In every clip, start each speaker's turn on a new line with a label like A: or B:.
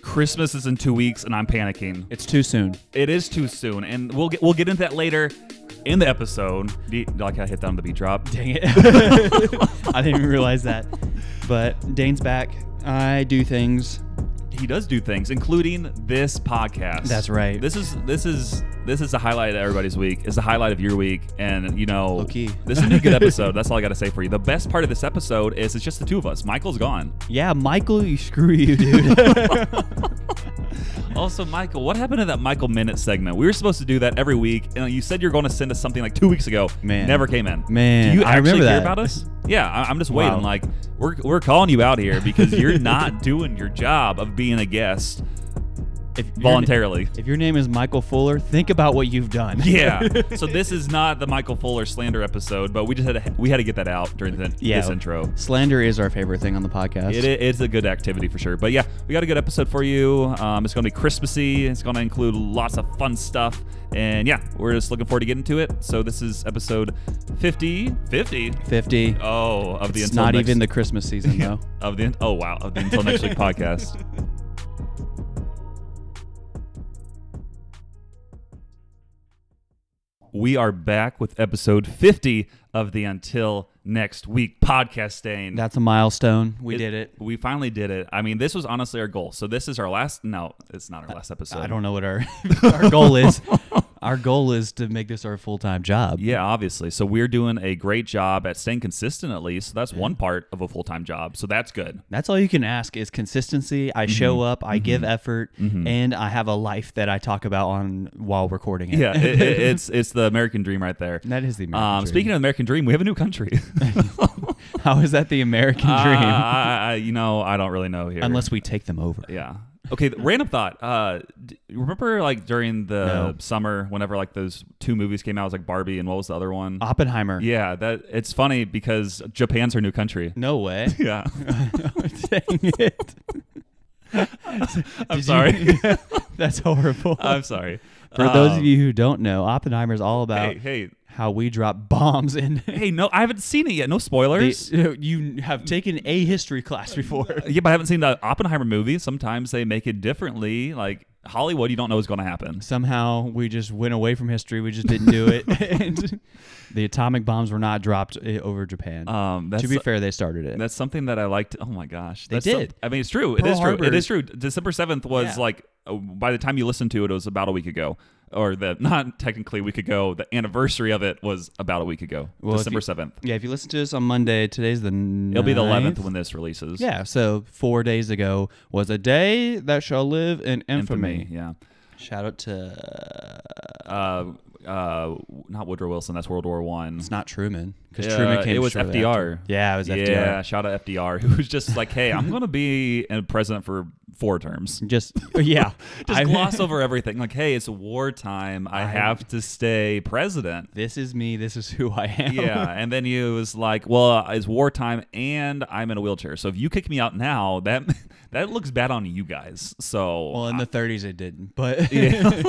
A: Christmas is in two weeks, and I'm panicking.
B: It's too soon.
A: It is too soon, and we'll get we'll get into that later in the episode. Do you- Like I hit that on the beat drop.
B: Dang it. I didn't even realize that. But Dane's back. I do things.
A: He does do things, including this podcast.
B: That's right.
A: This is this is this is the highlight of everybody's week. It's the highlight of your week, and you know,
B: Low-key.
A: this is a good episode. That's all I got to say for you. The best part of this episode is it's just the two of us. Michael's gone.
B: Yeah, Michael, you screw you, dude.
A: Also, Michael, what happened to that Michael Minute segment? We were supposed to do that every week, and you said you were going to send us something like two weeks ago.
B: Man.
A: never came in.
B: Man,
A: do you
B: I
A: actually
B: remember
A: care
B: that.
A: about us? Yeah, I, I'm just waiting.
B: Wow.
A: Like, we're we're calling you out here because you're not doing your job of being a guest
B: if your-
A: voluntarily.
B: If your name is Michael Fuller, think about what you've done.
A: Yeah. so this is not the Michael Fuller slander episode, but we just had to, we had to get that out during the,
B: Yeah.
A: this intro.
B: Slander is our favorite thing on the podcast.
A: It, i- it's a good activity for sure. But yeah, we got a good episode for you. Um, it's going to be Christmassy. It's going to include lots of fun stuff. And yeah, we're just looking forward to getting to it. So this is episode 50. 50?
B: 50.
A: Oh, of the
B: it's
A: Until
B: not
A: Next-
B: even the Christmas season, though.
A: Of the, oh, wow. Of the Until Next Week podcast. We are back with episode 50 of the Until Next Week podcast, Dane.
B: That's a milestone. We
A: It-
B: did it.
A: We finally did it. I mean, this was honestly our goal. So this is our last. No, it's not our last episode.
B: I don't know what our our goal is. Our goal is to make this our full time job.
A: Yeah, obviously. So we're doing a great job at staying consistent, at least. So that's one part of a full time job. So that's good.
B: That's all you can ask is consistency.
A: Mm-hmm.
B: I show up, I give effort, and I have a life that I talk about on while recording it.
A: Yeah, it, it- it's it's the American dream right there.
B: that is the American
A: Um,
B: dream.
A: speaking of the American dream, we have a new country. dream.
B: of how is that the American dream?
A: I, I- you know, I don't really know here.
B: Unless we take them over.
A: yeah. Okay, th- random thought. Uh, d- remember, like during the
B: No.
A: summer, whenever like those two movies came out, it was like Barbie and what was the other one?
B: Uh, Oppenheimer.
A: Yeah, that it's funny because Japan's our new country.
B: No way.
A: Yeah,
B: Dang it.
A: I'm sorry.
B: That's horrible.
A: I'm sorry.
B: For those
A: Um,
B: of you who don't know, Oppenheimer is all about
A: hey, hey,
B: how we drop bombs in.
A: hey, no, I haven't seen it yet. No spoilers.
B: The- you have taken a history class before.
A: yeah, but I haven't seen the Oppenheimer movie. Sometimes they make it differently. Like Hollywood, you don't know what's going to happen.
B: Somehow we just went away from history. We just didn't do it. and the atomic bombs were not dropped eh, over Japan.
A: Um, that's
B: to be fair, they started it.
A: that's something that I liked. Oh my gosh,
B: They
A: That's some-
B: did.
A: I mean, it's true. it
B: Pearl
A: is true. It
B: Harbor-
A: is true. December seventh was
B: Yeah.
A: like uh, by the time you listened to it, it was about a week ago. Or the not technically a week ago. The anniversary of it was about a week ago,
B: Well, if
A: December
B: you-
A: seventh.
B: Yeah, if you listen to this on Monday, today's the
A: It'll be the eleventh
B: ninth.
A: when this releases.
B: Yeah, so four days ago was a day that shall live in infamy.
A: infamy. Yeah.
B: Shout out to
A: Uh, uh, not Woodrow Wilson. That's World War One.
B: it's not Truman because Truman
A: Uh,
B: came.
A: it was
B: shortly
A: FDR.
B: after. Yeah, it was FDR.
A: Yeah, shout out FDR, who was just like, "Hey, I'm gonna be a president for four terms."
B: Just yeah,
A: Just
B: I-
A: gloss over everything. Like, "Hey, it's wartime. I, have to stay president."
B: This is me. This is who I am.
A: Yeah, and then he was like, "Well, uh, it's wartime, and I'm in a wheelchair. So if you kick me out now, that that looks bad on you guys." So,
B: Well, in the 30s it didn't, but
A: yeah.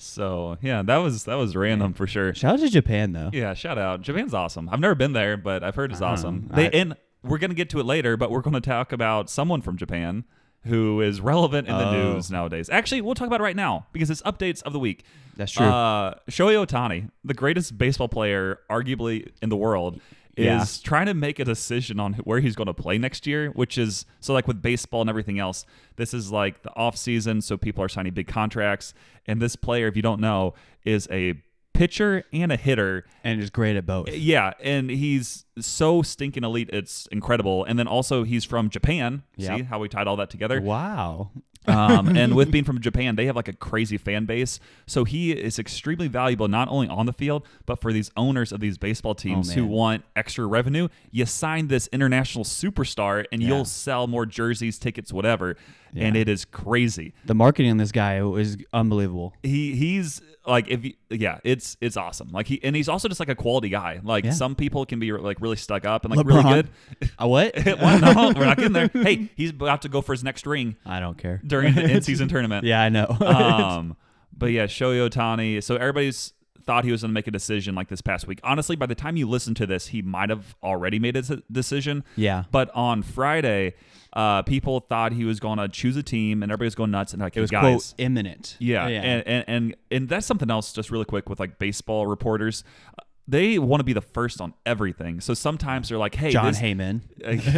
A: so yeah, that was that was random for sure.
B: shout out to Japan though.
A: Yeah, shout out. Japan's awesome. I've never been there, but I've heard it's awesome.
B: Uh-huh. I-
A: They and we're gonna get to it later, but we're gonna talk about someone from Japan who is relevant in the
B: Oh.
A: news nowadays. Actually, we'll talk about it right now because it's updates of the week.
B: That's true.
A: Uh, Shohei Otani, the greatest baseball player arguably in the world, is
B: Yeah.
A: trying to make a decision on where he's going to play next year, which is so like with baseball and everything else, this is like the off season, so people are signing big contracts. And this player, if you don't know, is a pitcher and a hitter
B: and it's great at both.
A: yeah, and he's so stinking elite, it's incredible. And then also he's from Japan.
B: Yeah.
A: See how we tied all that together?
B: Wow.
A: um, and with being from Japan, they have like a crazy fan base. So he is extremely valuable, not only on the field, but for these owners of these baseball teams who
B: Oh, man.
A: want extra revenue. You sign this international superstar, and
B: Yeah.
A: you'll sell more jerseys, tickets, whatever. And it is crazy.
B: The marketing on this guy is unbelievable.
A: he he's like if you, yeah it's it's awesome like he and he's also just like a quality guy like
B: Yeah.
A: some people can be like really stuck up and like really
B: LeBron.
A: good
B: Uh, what?
A: Well, no we're not getting there hey he's about to go for his next ring
B: I don't care.
A: during the in-season tournament
B: Yeah, I know.
A: um but yeah Shohei Otani so everybody's thought he was going to make a decision like this past week. Honestly, by the time you listen to this, he might have already made his decision.
B: Yeah.
A: But on Friday, uh, people thought he was going to choose a team, and everybody was going nuts and like,
B: It was
A: guys,
B: quote imminent.
A: yeah, And, and and and that's something else. Just really quick with like baseball reporters, they want to be the first on everything. So sometimes they're like, "Hey,
B: John
A: this,
B: Heyman.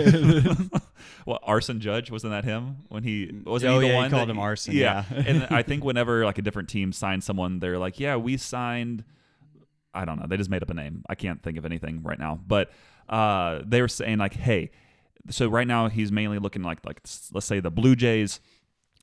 A: what arson judge wasn't that him when he was he
B: Oh,
A: the
B: yeah, he
A: one that-
B: called him arson, yeah.
A: and I think whenever like a different team signs someone, they're like, yeah, we signed. I don't know. They just made up a name. I can't think of anything right now. But uh, they were saying like, hey, so right now he's mainly looking like like s- let's say the Blue Jays,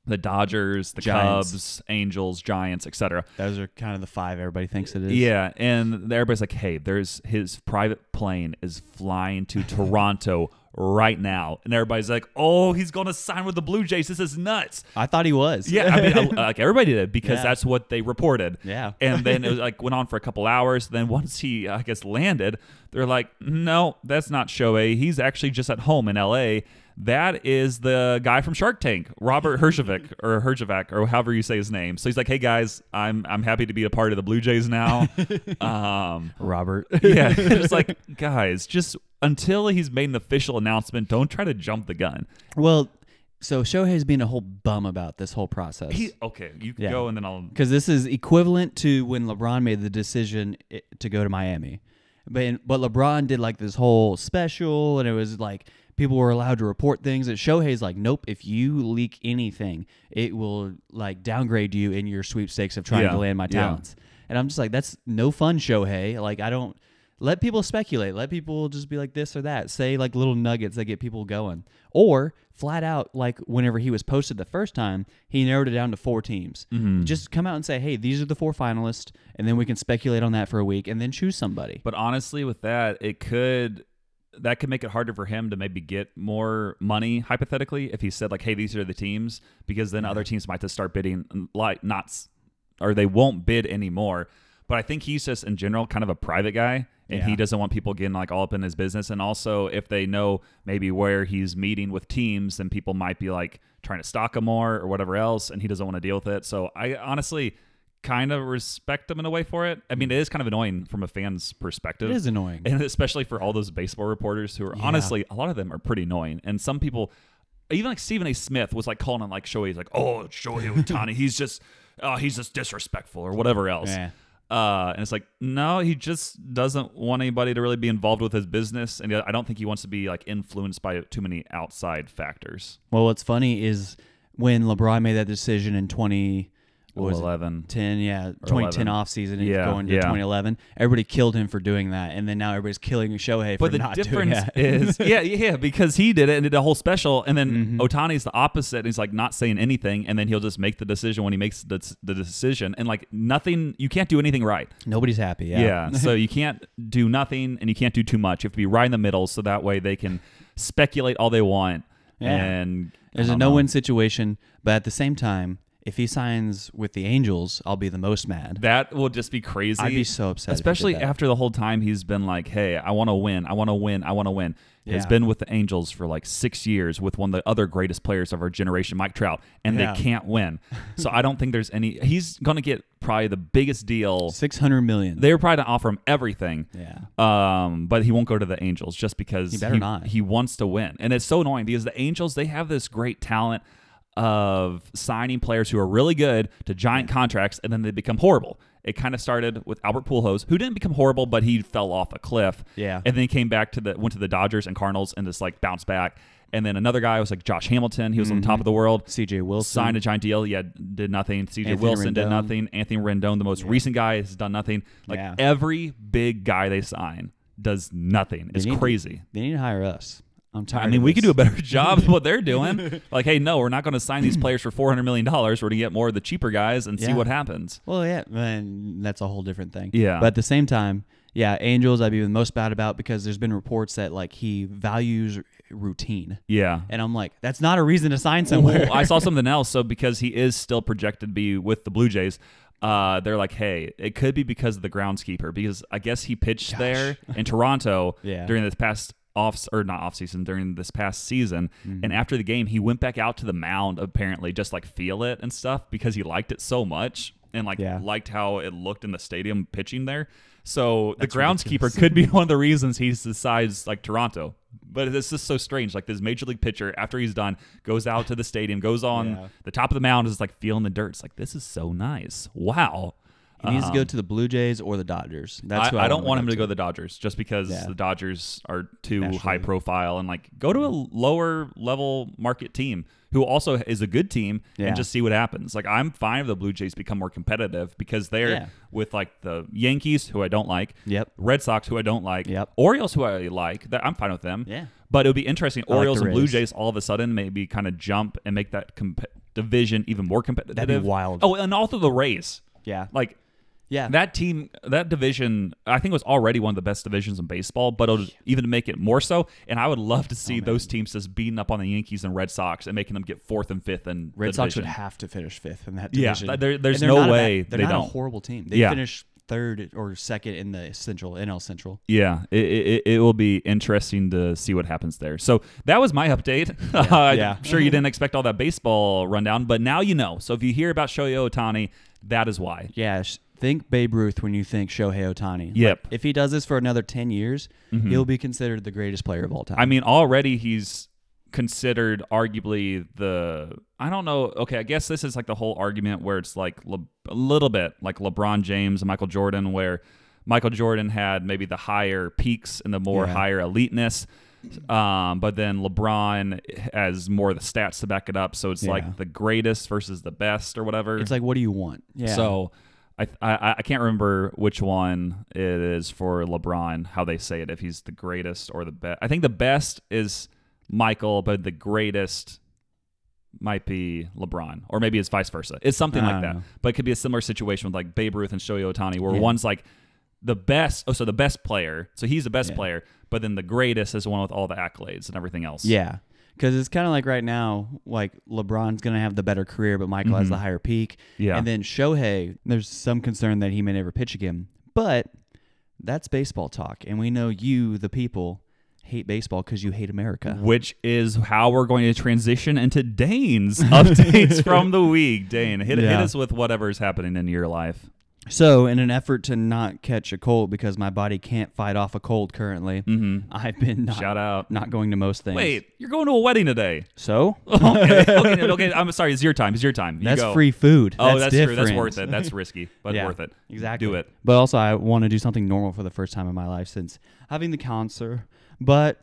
A: the Dodgers, the
B: Giants.
A: Cubs, Angels, Giants, etc.
B: Those are kind of the five everybody thinks it is.
A: Yeah, and everybody's like, "Hey, there's his private plane is flying to Toronto right now," and everybody's like, "Oh, he's gonna sign with the Blue Jays. This is nuts."
B: I thought he was.
A: Yeah, I mean, I- like everybody did because
B: Yeah.
A: that's what they reported.
B: Yeah.
A: and then it was like went on for a couple hours. Then once he, I guess, landed, they're like, "No, that's not Shohei. He's actually just at home in L.A." That is the guy from Shark Tank, Robert Herjavec or Herjavec or however you say his name. So he's like, "Hey guys, I'm I'm happy to be a part of the Blue Jays now." um,
B: Robert.
A: yeah, just like guys, just until he's made an official announcement, don't try to jump the gun.
B: well, so Shohei's being a whole bum about this whole process.
A: He okay, you can
B: Yeah.
A: go and then I'll
B: because Mm. this is equivalent to when LeBron made the decision i- to go to Miami, but but LeBron did like this whole special, and it was like people were allowed to report things. And Shohei's like, nope, if you leak anything, it will like downgrade you in your sweepstakes of trying
A: Yeah,
B: to land my
A: yeah.
B: talents. And I'm just like, that's no fun, Shohei. Like I don't. Let people speculate. Let people just be like this or that. Say like little nuggets that get people going. Or flat out, like whenever he was posted the first time, he narrowed it down to four teams. Just come out and say, hey, these are the four finalists, and then we can speculate on that for a week and then choose somebody.
A: But honestly, with that, it could that could make it harder for him to maybe get more money hypothetically if he said like, "Hey, these are the teams," because then other teams might just start bidding like not s- or they won't bid anymore. But I think he's just in general kind of a private guy, and he
B: Yeah.
A: doesn't want people getting like all up in his business. And also, if they know maybe where he's meeting with teams, then people might be like trying to stalk him more or whatever else, and he doesn't want to deal with it. So I honestly kind of respect him in a way for it. I mean, it is kind of annoying from a fan's perspective.
B: Hmm. It is annoying.
A: And especially for all those baseball reporters who are honestly, a lot of them are pretty annoying. And some people, even like Stephen A. Smith was like calling him like Shohei, he's like, oh, Shohei Ohtani, he's just, oh, he's just disrespectful or whatever else.
B: Yeah.
A: Uh, and it's like, no, he just doesn't want anybody to really be involved with his business. And I don't think he wants to be like influenced by too many outside factors.
B: Well, what's funny is when LeBron made that decision in 20. What was it?
A: 11.
B: 10 yeah 2010
A: 11.
B: off season and
A: Yeah,
B: going to
A: yeah.
B: 2011 everybody killed him for doing that and then now everybody's killing Shohei for
A: But the
B: not doing
A: difference
B: that
A: is, yeah, yeah, because he did it and did a whole special, and
B: Mm-hmm.
A: then Otani's the opposite. He's like not saying anything, and then he'll just make the decision when he makes the, the decision, and like nothing, you can't do anything right.
B: nobody's happy yeah,
A: Yeah, so you can't do nothing, and you can't do too much. You have to be right in the middle, so that way they can speculate all they want.
B: Yeah.
A: And I
B: There's a
A: don't
B: no
A: know.
B: win situation, but at the same time, if he signs with the Angels, I'll be the most mad.
A: That will just be crazy.
B: I'd be so upset if he did
A: Especially
B: that.
A: after the whole time he's been like, hey, I want to win. I want to win. I want to win. He's
B: Yeah.
A: been with the Angels for like six years with one of the other greatest players of our generation, Mike Trout, and
B: Yeah.
A: they can't win. so I don't think there's any. He's going to get probably the biggest deal.
B: Six hundred million.
A: They were probably going to offer him everything.
B: yeah.
A: Um, but he won't go to the Angels just because
B: better not.
A: he wants to win. And it's so annoying because the Angels, they have this great talent of signing players who are really good to giant contracts and then they become horrible. It kind of started with Albert Pujols, who didn't become horrible, but he fell off a cliff.
B: Yeah.
A: And then he came back to the went to the Dodgers and Cardinals and just like bounced back. And then another guy was like Josh Hamilton. He was
B: Mm-hmm.
A: on top of the world.
B: CJ Wilson.
A: Signed a giant deal. Yeah, did nothing. CJ
B: Anthony
A: Wilson did
B: Rendon.
A: nothing. Anthony Rendon, the most recent guy, has done nothing. Like
B: Yeah.
A: every big guy they sign does nothing. It's
B: need to-
A: crazy.
B: They need to hire us. I'm tired.
A: I mean,
B: of
A: we could do
B: this.
A: a better job of what they're doing. Like, hey, no, we're not going to sign these players for four hundred million dollars. We're going to get more of the cheaper guys and see
B: Yeah.
A: what happens.
B: Well, yeah, man, that's a whole different thing.
A: Yeah.
B: But at the same time, yeah, Angels, I'd be the most bad about because there's been reports that like he values r- routine,
A: Yeah.
B: and I'm like, that's not a reason to sign somewhere.
A: Well, I saw something else. So because he is still projected to be with the Blue Jays, uh, they're like, hey, it could be because of the groundskeeper because I guess he pitched there in Toronto
B: Yeah.
A: during this past off or not off season during this past season,
B: Mm-hmm.
A: and after the game he went back out to the mound apparently just like feel it and stuff because he liked it so much. and like
B: Yeah.
A: liked how it looked in the stadium pitching there. So
B: That's
A: the groundskeeper
B: ridiculous.
A: could be one of the reasons he decides like Toronto. But it's just so strange. Like this major league pitcher, after he's done, goes out to the stadium, goes on
B: Yeah.
A: the top of the mound, is like feeling the dirt. It's like this is so nice. Wow.
B: He needs to go
A: Um,
B: to the Blue Jays or the Dodgers. That's
A: I,
B: who
A: I don't want him to
B: go
A: go to the Dodgers just because
B: Yeah.
A: the Dodgers are too
B: National
A: high
B: League.
A: profile and like go to a lower level market team who also is a good team
B: Yeah.
A: and just see what happens. Like I'm fine if the Blue Jays become more competitive because they're
B: Yeah.
A: with like the Yankees who I don't like,
B: Yep.
A: Red Sox who I don't like,
B: Yep.
A: Orioles who I like. That I'm fine with them.
B: Yeah.
A: But it would be interesting.
B: like
A: Orioles
B: the
A: and Blue
B: Rays.
A: Jays all of a sudden maybe kind of jump and make that comp- division even more competitive.
B: wild.
A: Oh, and also the Rays.
B: Yeah.
A: Like
B: Yeah.
A: that team, that division, I think was already one of the best divisions in baseball, but it'll just even make it more so. And I would love to
B: Oh,
A: see those teams just beating up on the Yankees and Red Sox and making them get fourth and fifth. And
B: Red Sox would have to finish fifth in that
A: Yeah,
B: division.
A: th- there- there's
B: And they're
A: no
B: not a
A: way
B: bad- they're
A: they
B: not
A: don't.
B: a horrible team. They
A: Yeah.
B: finish third or second in the Central NL Central.
A: yeah, it, it, it will be interesting to see what happens there. So that was my update. I'm
B: Yeah. Mm-hmm.
A: sure you didn't expect all that baseball rundown, but now you know. So if you hear about Shohei Otani, that is why.
B: Yeah, sh- think Babe Ruth when you think Shohei Otani.
A: Yep. Mm-hmm.
B: if he does this for another ten years, he'll be considered the greatest player of all time.
A: I mean, already he's considered arguably the I don't know. Okay, I guess this is like the whole argument where it's like Le, a little bit like LeBron James and Michael Jordan, where Michael Jordan had maybe the higher peaks and the more
B: Yeah.
A: higher eliteness. Um, but then LeBron has more of the stats to back it up, so it's
B: Yeah.
A: like the greatest versus the best or whatever.
B: it's like, what do you want? Yeah.
A: So I, I I can't remember which one it is for LeBron. How they say it, if he's the greatest or the best. I think the best is Michael, but the greatest might be LeBron, or maybe it's vice versa. It's something
B: I
A: like that.
B: don't know.
A: But it could be a similar situation with like Babe Ruth and Shohei Otani, where
B: Uh. Yeah.
A: one's like the best. Oh, so the best player. So he's the best
B: Yeah.
A: player, but then the greatest is the one with all the accolades and everything else.
B: yeah, because it's kind of like right now, like LeBron's gonna have the better career, but Michael has the higher peak.
A: Mm-hmm. Yeah.
B: and then Shohei, there's some concern that he may never pitch again, but that's baseball talk, and we know you, the people, hate baseball because you hate America.
A: Which is how we're going to transition into Dane's updates from the week. Dane, hit, hit
B: Yeah.
A: us with whatever is happening in your life.
B: So, in an effort to not catch a cold because my body can't fight off a cold currently, I've been not,
A: Mm-hmm. Shout out.
B: not going to most things.
A: Wait, you're going to a wedding today.
B: So?
A: Okay, okay, okay, I'm sorry. It's your time. It's your time. You
B: That's
A: go.
B: free food.
A: Oh, that's, true. That's
B: different.
A: worth it. That's risky, but
B: Yeah,
A: worth it.
B: Exactly.
A: Do it.
B: But also, I want to do something normal for the first time in my life since having the cancer. But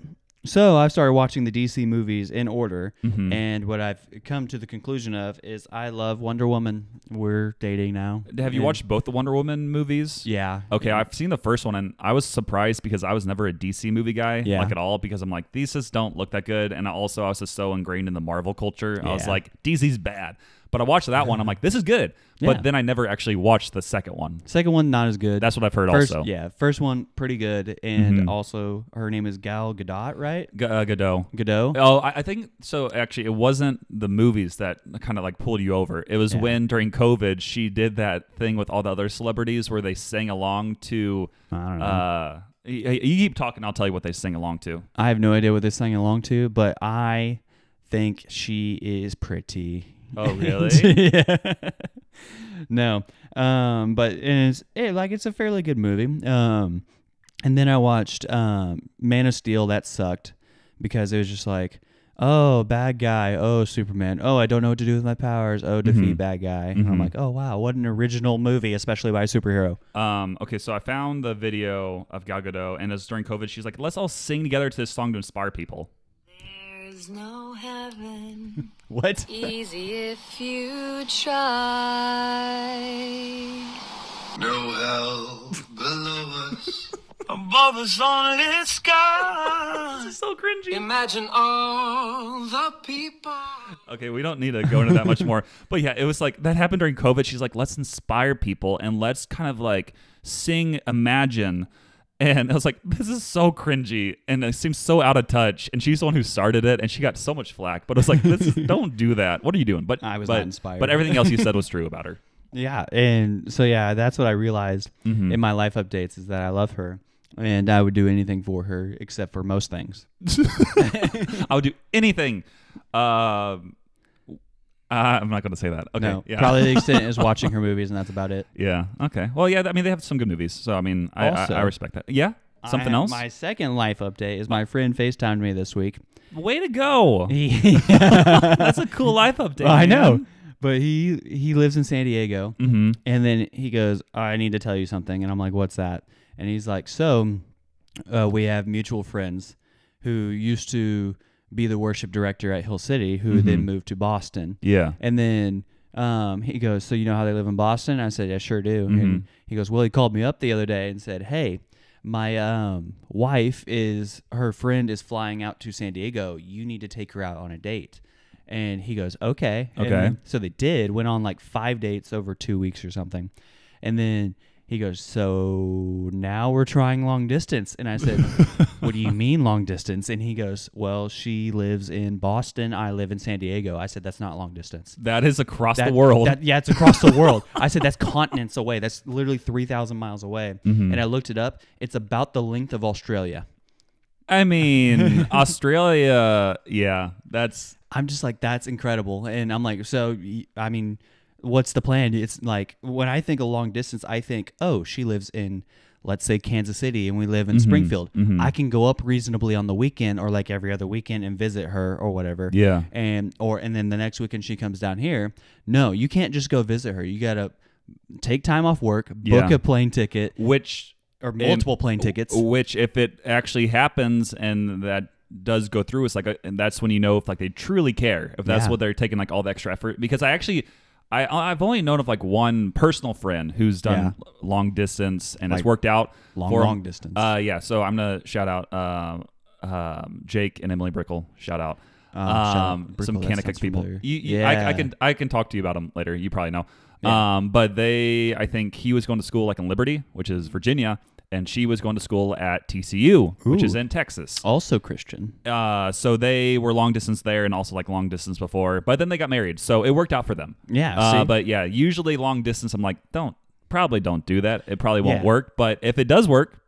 B: so I've started watching the DC movies in order,
A: Mm-hmm.
B: and what I've come to the conclusion of is I love Wonder Woman. We're dating now.
A: Have you
B: And-
A: watched Oh. both the Wonder Woman movies?
B: Yeah.
A: Okay, I've seen the first one and I was surprised because I was never a DC movie guy
B: Yeah.
A: like at all because I'm like these just don't look that good and also I was just so ingrained in the Marvel culture. I was
B: Yeah.
A: like DC's bad. But I watched that one I'm like this is good.
B: Yeah.
A: But then I never actually watched the second one.
B: Second one not as good.
A: That's what I've heard
B: first,
A: also.
B: yeah. First one pretty good, and
A: Mhm.
B: also her name is Gal Gadot, right?
A: G- uh, Godot.
B: Gadot.
A: Oh, I, I think so. Actually, it wasn't the movies that kind of like pulled you over. It was
B: Yeah.
A: when during COVID she did that thing with all the other celebrities where they sang along to.
B: I don't know.
A: Uh, you, you keep talking. I'll tell you what they sing along to.
B: I have no idea what this sang along to, but I think she is pretty.
A: Oh, really?
B: yeah. no. Um, but it's it, like it's a fairly good movie. Um, and then I watched um, Man of Steel. That sucked because it was just like, oh, bad guy. Oh, Superman. Oh, I don't know what to do with my powers. Oh, defeat bad guy. And I'm
A: Mhm.
B: like, oh wow, what an original movie, especially by a superhero.
A: Um, okay, so I found the video of Gal Gadot, and it's during COVID. She's like, "Let's all sing together to this song to inspire people."
C: There's no heaven. E
B: What?
C: Easy if you try.
D: No hell below us. Above us only sky.
A: So cringy.
C: Imagine all the people.
A: Okay, we don't need to go into that much more. But yeah, it was like that happened during COVID. She's like, let's inspire people and let's kind of like sing Imagine. And I was like, this is so cringy and it seems so out of touch. And she's the one who started it and she got so much flack. But I was like, this is, don't do that. What are you doing? But
B: I was
A: but,
B: not inspired.
A: But everything else you said was true about her.
B: Yeah, and so yeah, that's what I realized
A: Mm-hmm.
B: in my life updates is that I love her and I would do anything for her except for most things.
A: I would do anything. Um, Uh, I'm not going to say that. Okay.
B: No,
A: yeah.
B: probably the extent is watching her movies, and that's about it.
A: Yeah. Okay. Well, yeah. I mean, they have some good movies, so I mean, I, I,
B: Also-
A: I respect that. Yeah. Something
B: I-
A: else.
B: My second life update is my friend FaceTimed me this week.
A: Way to go.
B: He-
A: That's a cool life update.
B: I
A: man.
B: know, but he he lives in San Diego,
A: Mhm.
B: and then he goes, "I need to tell you something," and I'm like, "What's that?" And he's like, "So, uh, we have mutual friends who used to be the worship director at Hill City, who then
A: Mm-hmm.
B: moved to Boston,
A: Yeah.
B: and then um, he goes, So you know how they live in Boston? I said, I sure do. And he goes, Well, he called me up the other day and said, Hey, my um, wife is, her friend is flying out to San Diego. You need to take her out on a date. And he goes, Okay. And
A: Okay.
B: so they did, went on like five dates over two weeks or something. And then he goes, So now we're trying long distance. And I said, What do you mean long distance? And he goes, Well, she lives in Boston. I live in San Diego. I said, That's not long distance.
A: That is across
B: That-
A: the world.
B: that- yeah, it's across the world. I said that's continents away. That's literally three thousand miles away.
A: Mm-hmm.
B: And I looked it up. It's about the length of Australia.
A: I mean, Australia. Yeah. That's
B: I'm just like that's incredible. And I'm like, so y- I mean, what's the plan? It's like when I think of long distance, I think, oh, she lives in let's say Kansas City and we live
A: Mm-hmm.
B: in Springfield. I can go up reasonably on the weekend or like every other weekend and visit her or whatever.
A: Yeah.
B: And or and then the next weekend she comes down here. No, you can't just go visit her. You gotta take time off work, book
A: Yeah.
B: a plane ticket.
A: which
B: or multiple plane tickets.
A: Which, if it actually happens and that does go through, it's like, a, and that's when you know if like they truly care, if that's
B: Yeah.
A: what they're taking like all the extra effort. Because I actually, I I've only known of like one personal friend who's done long distance and it's
B: Like,
A: worked out
B: long,
A: for 'em.
B: long distance.
A: Uh, yeah. So I'm gonna shout out um, um, Jake and Emily Brickle. Shout out.
B: Oh, shout out
A: um, some
B: Brickle, that
A: Canicuck
B: sounds
A: people.
B: familiar.
A: You, you- I, I
B: Yeah.
A: can I can talk to you about them later. You probably know. Um, but they, I think he was going to school like in Liberty, which is Virginia, and she was going to school at TCU, which is
B: Ooh.
A: in Texas.
B: also Christian.
A: Uh, so they were long distance there and also like long distance before, but then they got married, so it worked out for them.
B: Yeah,
A: Uh,
B: see?
A: but yeah, usually long distance, I'm like, don't probably don't do that. It probably won't
B: Yeah.
A: work. But if it does work,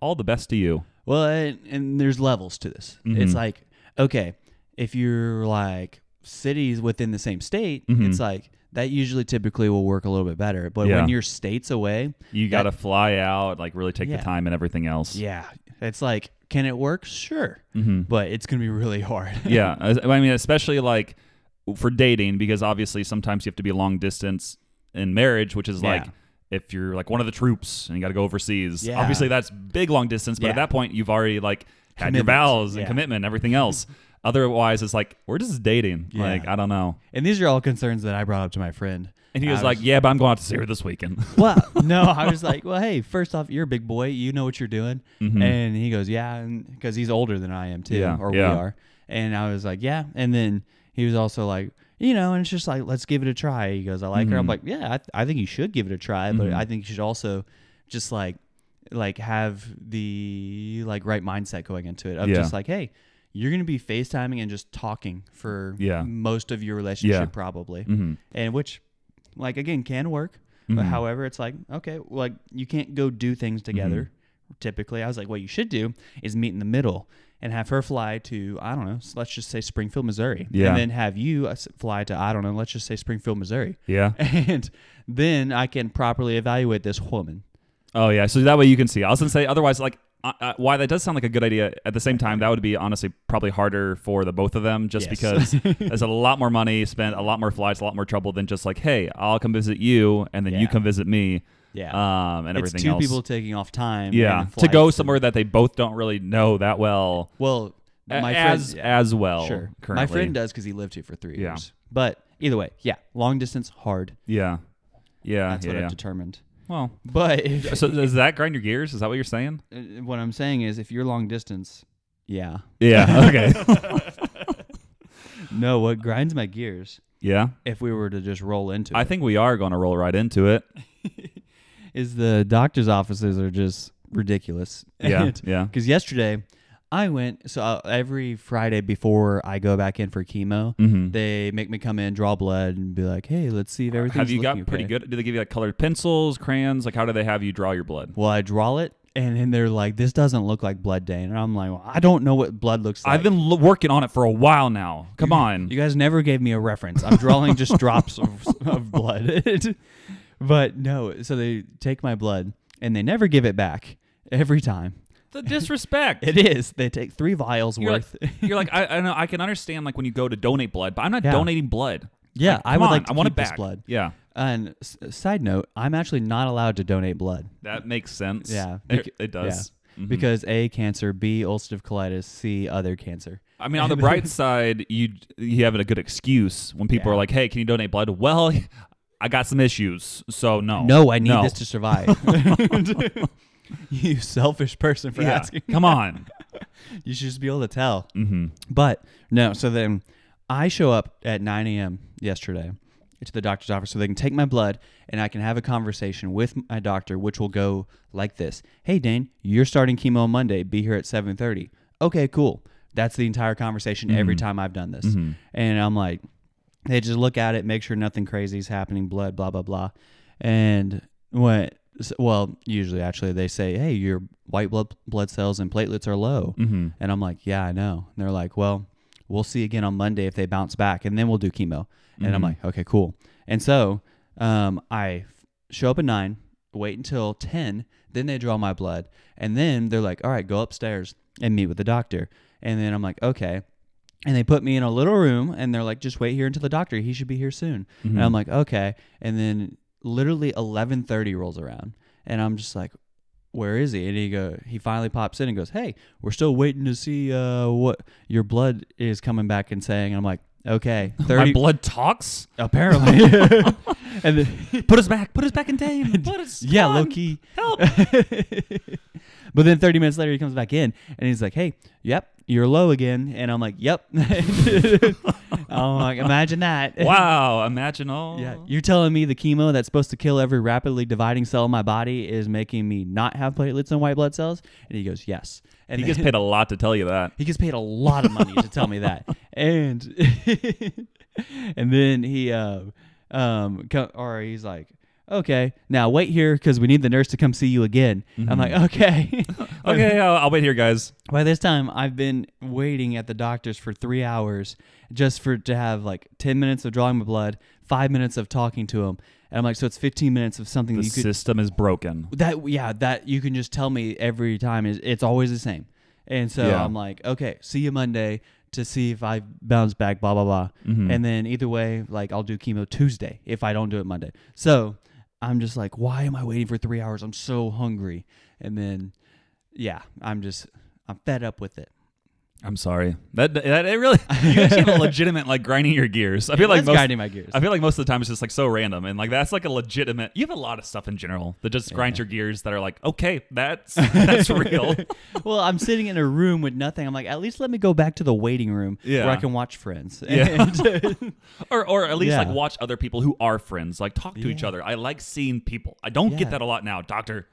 A: all the best to you.
B: Well, and, and there's levels to this.
A: Mm-hmm.
B: It's like, okay, if you're like cities within the same state,
A: Mm-hmm.
B: it's like that usually typically will work a little bit better. But
A: Yeah.
B: when you're states away,
A: You got to fly out, like really take
B: Yeah.
A: the time and everything else.
B: yeah, it's like, can it work? Sure.
A: Mm-hmm.
B: But it's going to be really hard.
A: yeah. I- I mean, especially like for dating, because obviously sometimes you have to be long distance in marriage, which is like
B: Yeah.
A: if you're like one of the troops and you got to go overseas.
B: Yeah.
A: Obviously, that's big long distance, but at
B: Yeah.
A: that point, you've already like had your
B: Commitment.
A: vows and
B: Yeah.
A: commitment and everything else. Otherwise, it's like we're just dating.
B: Yeah.
A: Like I don't know.
B: and these are all concerns that I brought up to my friend.
A: And he was,
B: I
A: like, "Yeah, but I'm going out to see her this weekend."
B: well, no, I was like, well, hey, first off, you're a big boy. You know what you're doing. And he goes, yeah, because he's older than I am, too,
A: Mm-hmm. Yeah,
B: or
A: yeah.
B: we are. And I was like, yeah. And then he was also like, you know, and it's just like, let's give it a try. He goes, I like
A: Mm-hmm.
B: her. I'm like, yeah, I, th- I think you should give it a try, but I think you should also just like, like have the like right mindset going into it of
A: Yeah.
B: just like, hey, you're gonna be FaceTiming and just talking for
A: Yeah.
B: most of your relationship
A: Yeah. Mm-hmm.
B: probably, and which like again can work but however it's like okay like you can't go do things
A: Mm-hmm.
B: together typically i was like what you should do is meet in the middle and have her fly to i don't know s- let's just say springfield missouri
A: Yeah.
B: and then have you uh, s- fly to i don't know let's just say springfield missouri
A: yeah.
B: and then i can properly evaluate this woman
A: Oh yeah, so that way you can see. I was gonna say otherwise, like, uh, uh, why that does sound like a good idea. At the same time, that would be honestly probably harder for the both of them, just
B: Yes.
A: because there's a lot more money spent, a lot more flights, a lot more trouble than just like, hey, I'll come visit you, and then you
B: Yeah.
A: come visit me,
B: yeah
A: um, and
B: it's
A: everything
B: two
A: else.
B: people taking off time
A: yeah,
B: and
A: to go
B: flights and-
A: somewhere that they both don't really know that well,
B: well my
A: a-
B: friend-
A: as as well.
B: sure
A: currently.
B: my friend uh, does because he lived here for three
A: Yeah.
B: years but either way yeah long distance hard
A: Yeah, yeah,
B: that's
A: yeah.
B: what
A: yeah.
B: i've determined
A: well,
B: But if,
A: so does that grind your gears? Is that what you're saying?
B: uh, what I'm saying is, if you're long distance, yeah.
A: Yeah. Okay.
B: No, what grinds my gears,
A: yeah.
B: if we were to just roll into
A: I
B: it,
A: think we are going to roll right into it.
B: is the doctor's offices are just ridiculous.
A: Yeah, yeah.
B: Because yesterday, I went so uh, every Friday before I go back in for chemo, they make me come in, draw blood, and be like, "Hey, let's see if everything's
A: Mm-hmm. Have you got
B: looking
A: pretty
B: okay."
A: good? Do they give you like colored pencils, crayons? Like how do they have you draw your blood?
B: Well, I draw it, And then they're like, "This doesn't look like blood, Dane." And I'm like, well, "I don't know what blood looks like."
A: I've been l- working on it for a while now. Come on.
B: You guys never gave me a reference. I'm drawing just drops of, of blood. but no, so they take my blood and they never give it back every time.
A: the disrespect.
B: It is. They take three vials
A: You're like,
B: worth.
A: you're like I, I know I can understand like when you go to donate blood, but I'm not
B: Yeah.
A: donating blood.
B: yeah,
A: Like,
B: I
A: come
B: would
A: on,
B: like to
A: I want
B: keep
A: it back.
B: this blood.
A: Yeah,
B: And s- side note, I'm actually not allowed to donate blood.
A: that makes sense.
B: Yeah,
A: it,
B: bec-
A: it does. Mm-hmm.
B: yeah. Because A cancer, B ulcerative colitis, C other cancer.
A: I mean, on the bright side, you you have a good excuse when people are like, "Hey, can you donate blood?" Well, I got some issues, so no.
B: No, I need this to survive. you selfish person for
A: Yeah.
B: asking.
A: Come on.
B: You should just be able to tell. Mm-hmm. But no, so then I show up at 9 a.m. yesterday to the doctor's office so they can take my blood and I can have a conversation with my doctor, which will go like this: Hey, Dane, you're starting chemo on Monday. Be here at 7:30. Okay, cool. That's the entire conversation every time I've done this, and I'm like, they just look at it, make sure nothing crazy is happening, blood, blah blah blah, and when s- well, usually actually they say, hey, your white blood blood cells and platelets are low, mm-hmm. and I'm like, yeah, I know, and they're like, well, we'll see again on Monday if they bounce back, and then we'll do chemo, and I'm like, okay, cool, and so um, I f- show up at nine, wait until ten, then they draw my blood, and then they're like, all right, go upstairs and meet with the doctor, and then I'm like, okay. And they put me in a little room and they're like, just wait here until the doctor. He should be here soon. And I'm like, okay. And then literally eleven thirty rolls around. And I'm just like, where is he? And he go he finally pops in and goes, Hey, we're still waiting to see uh what your blood is coming back and saying. And I'm like, Okay.
A: My
B: Thirty
A: blood talks.
B: apparently. and then
A: Put us back. Put us back in time. Put us.
B: Yeah,
A: come on.
B: low key.
A: Help.
B: But then 30 minutes later, he comes back in and he's like, hey, yep, you're low again. And I'm like, yep. I'm like, imagine that.
A: Wow. Imagine all.
B: Yeah, you're telling me the chemo that's supposed to kill every rapidly dividing cell in my body is making me not have platelets and white blood cells? And he goes, yes. And
A: He
B: then-
A: gets paid a lot to tell you that.
B: he gets paid a lot of money to tell me that. And and then he uh, um co- or he's like, "Okay, now wait here cuz we need the nurse to come see you again." I'm like, "Okay."
A: Mm-hmm. Okay, I'll, I'll wait here, guys.
B: By this time, I've been waiting at the doctor's for 3 hours just for to have like 10 minutes of drawing my blood, 5 minutes of talking to him. And I'm like, "So it's 15 minutes of something
A: The
B: that you could
A: system is broken.
B: that yeah that you can just tell me every time is it's always the same and so
A: Yeah.
B: i'm like okay see you monday to see if i bounce back blah blah blah
A: Mm-hmm.
B: and then either way like i'll do chemo tuesday if i don't do it monday so i'm just like why am i waiting for three hours i'm so hungry and then yeah i'm just i'm fed up with it
A: I'm sorry. That that it really you actually have a legitimate like grinding your gears. I feel like
B: was
A: most,
B: grinding my gears.
A: I feel like most of the time it's just like so random and like that's like a legitimate. You have a lot of stuff in general that just grinds your gears that are like okay that's that's real.
B: well i'm sitting in a room with nothing i'm like at least let me go back to the waiting room where
A: Yeah.
B: i can watch friends
A: Yeah. or or at least
B: Yeah.
A: like watch other people who are friends like talk to each other. I like seeing people. I don't
B: Yeah.
A: get that a lot now, doctor.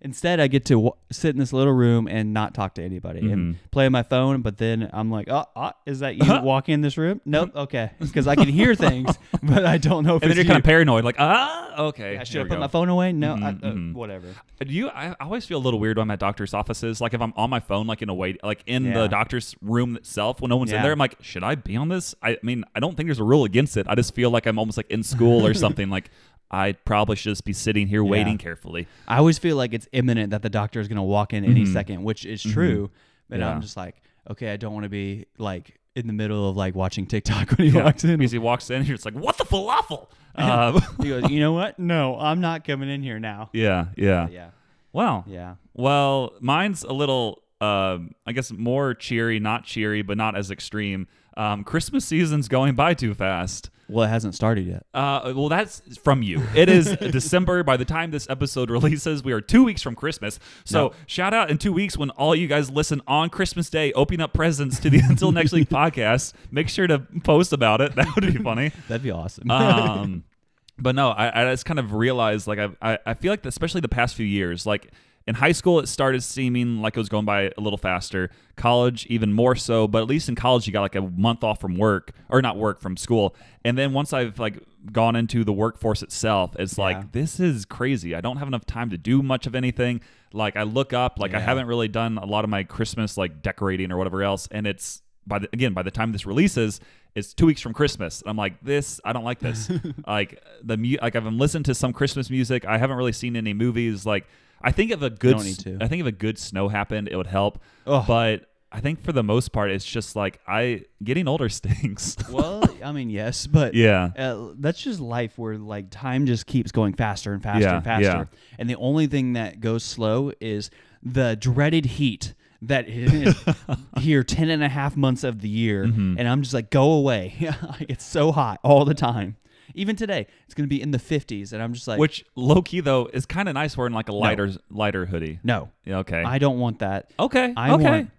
B: Instead, I get to w- sit in this little room and not talk to anybody
A: Mm-hmm.
B: and play on my phone. But then I'm like, oh, oh, is that you walking in this room? Nope. Okay. Because I can hear things, but I don't know if
A: And
B: it's
A: then you're kind
B: you.
A: of paranoid like ah okay.
B: I
A: here
B: should
A: we
B: have
A: go.
B: put
A: Mm-hmm,
B: my phone away. No, I, uh, whatever.
A: Do you? I I always feel a little weird when I'm at doctor's offices. Like if I'm on my phone, like in a wait, like in
B: Yeah.
A: the doctor's room itself, when no one's
B: Yeah.
A: in there, I'm like, should I be on this? I mean, I don't think there's a rule against it. I just feel like I'm almost like in school or something. Like I probably should just be sitting here waiting carefully.
B: I always feel like it's imminent that the doctor is going to walk in any second, which is true. And
A: Mm-hmm. Yeah.
B: I'm just like, okay, I don't want to be like in the middle of like watching TikTok when he walks in.
A: Because he walks in, you're just like, what the falafel? Um,
B: He goes, you know what? No, I'm not coming in here now.
A: yeah, yeah,
B: Yeah.
A: Wow.
B: Yeah.
A: Well, mine's a little, um, I guess, more cheery, not cheery, but not as extreme. Um, Christmas season's going by too fast.
B: Well, it hasn't started yet.
A: Uh, well, that's from you. It is December. By the time this episode releases, we are two weeks from Christmas. So shout out in two weeks when all you guys listen on Christmas Day, opening up presents to the Until Next Week podcast. Make sure to post about it. That would be funny.
B: That'd be awesome.
A: Um, but no, I, I just kind of realized like I, I I feel like especially the past few years, like in high school it started seeming like it was going by a little faster. College even more so, but at least in college you got like a month off from work or not work from school. And then once I've like gone into the workforce itself, it's like this is crazy. I don't have enough time to do much of anything. Like I look up, like I haven't really done a lot of my Christmas like decorating or whatever else, and it's by the again by the time this releases it's two weeks from christmas and i'm like this i don't like this like the mu- like i've been listening to some christmas music i haven't really seen any movies like i think if a good
B: Don't need
A: s-
B: to.
A: i think if a good snow happened it would help but i think for the most part it's just like i getting older stinks
B: Well, I mean, yes, but
A: Yeah.
B: uh, that's just life where like time just keeps going faster and faster
A: Yeah,
B: and faster,
A: yeah.
B: and the only thing that goes slow is the dreaded heat that is here 10 and a half months of the year
A: Mm-hmm.
B: and i'm just like go away it's so hot all the time even today it's going to be in the 50s and i'm just like
A: which low-key though is kind of nice wearing like a lighter lighter hoodie
B: no
A: Yeah, okay
B: i don't want that
A: okay
B: i
A: Oh, okay
B: want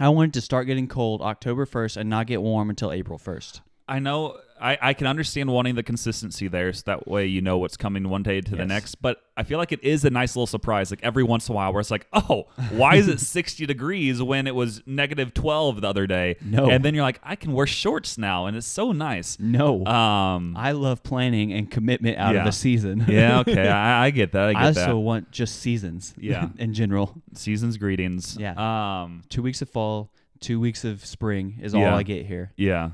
B: i want it to start getting cold october 1st and not get warm until april 1st
A: I know I, I can understand wanting the consistency there so that way you know what's coming one day to the
B: Yes.
A: next. But I feel like it is a nice little surprise, like every once in a while where it's like, Oh, why is it sixty degrees when it was negative twelve the other day?
B: No.
A: And then you're like, I can wear shorts now and it's so nice.
B: no
A: Um
B: I love planning and commitment out of
A: Yeah.
B: a season.
A: Yeah, okay. I, I get that. I get
B: I
A: that.
B: also want just seasons.
A: Yeah.
B: in general,
A: Season's greetings.
B: Yeah.
A: Um
B: two weeks of fall, two weeks of spring is
A: Yeah.
B: all I get here.
A: Yeah.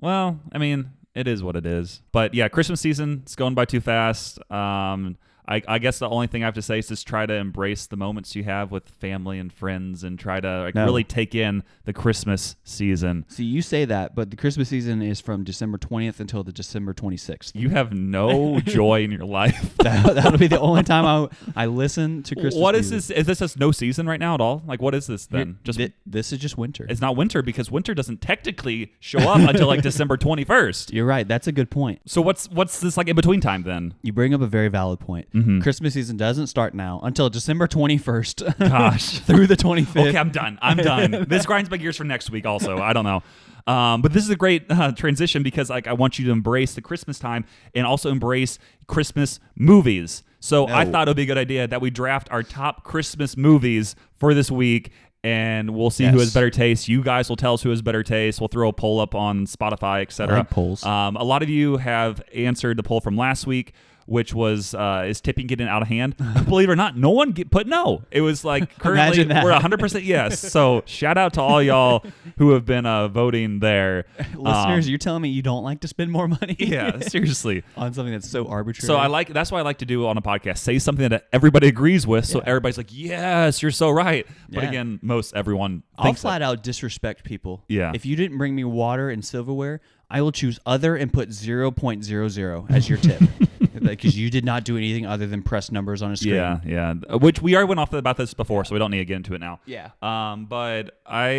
A: Well, I mean, it is what it is. But yeah, Christmas season, it's going by too fast. Um, I, I guess the only thing I have to say is just try to embrace the moments you have with family and friends and try to like
B: No.
A: really take in the Christmas season.
B: See, you say that, but the Christmas season is from December 20th until the December 26th.
A: You have no joy in your life.
B: That, that'll be the only time I I listen to Christmas.
A: what is
B: music.
A: this? Is this just no season right now at all? Like, what is this
B: Here-
A: then? Just
B: thi- this is just winter.
A: it's not winter because winter doesn't technically show up until like December twenty first.
B: You're right. That's a good point.
A: So what's what's this like in between time then?
B: You bring up a very valid point.
A: Mm-hmm.
B: Christmas season doesn't start now until December 21st
A: Gosh.
B: through the 25th.
A: Okay, I'm Ah. done. I'm done. this grinds my gears for next week. Also, I don't know. Um, but this is a great uh, transition because like I want you to embrace the Christmas time and also embrace Christmas movies. So I
B: Oh.
A: thought it would be a good idea that we draft our top Christmas movies for this week. And we'll see who
B: Yes.
A: has better taste. You guys will tell us who has better taste. We'll throw a poll up on Spotify, etc.
B: I like polls.
A: Um, a lot of you have answered the poll from last week, which was uh, is tipping getting out of hand? Believe it or not, no one get, put no. It was like currently
B: Imagine that.
A: we're 100% yes. So shout out to all y'all who have been uh, voting there.
B: Listeners,
A: Um,
B: you're telling me you don't like to spend more money?
A: yeah, seriously.
B: on something that's so arbitrary.
A: So I like that's why I like to do on a podcast say something that everybody agrees with, so everybody's like, "Yes, you're so right." But
B: Yeah.
A: again, most everyone
B: I'll
A: thinks that.
B: flat out disrespect people.
A: Yeah.
B: If you didn't bring me water and silverware, I will choose other and put 0.00 as your tip. Because you did not do anything other than press numbers on a screen.
A: Yeah, yeah. Uh, Which we already went off about this before, so we don't need to get into it now.
B: Yeah.
A: Um, but I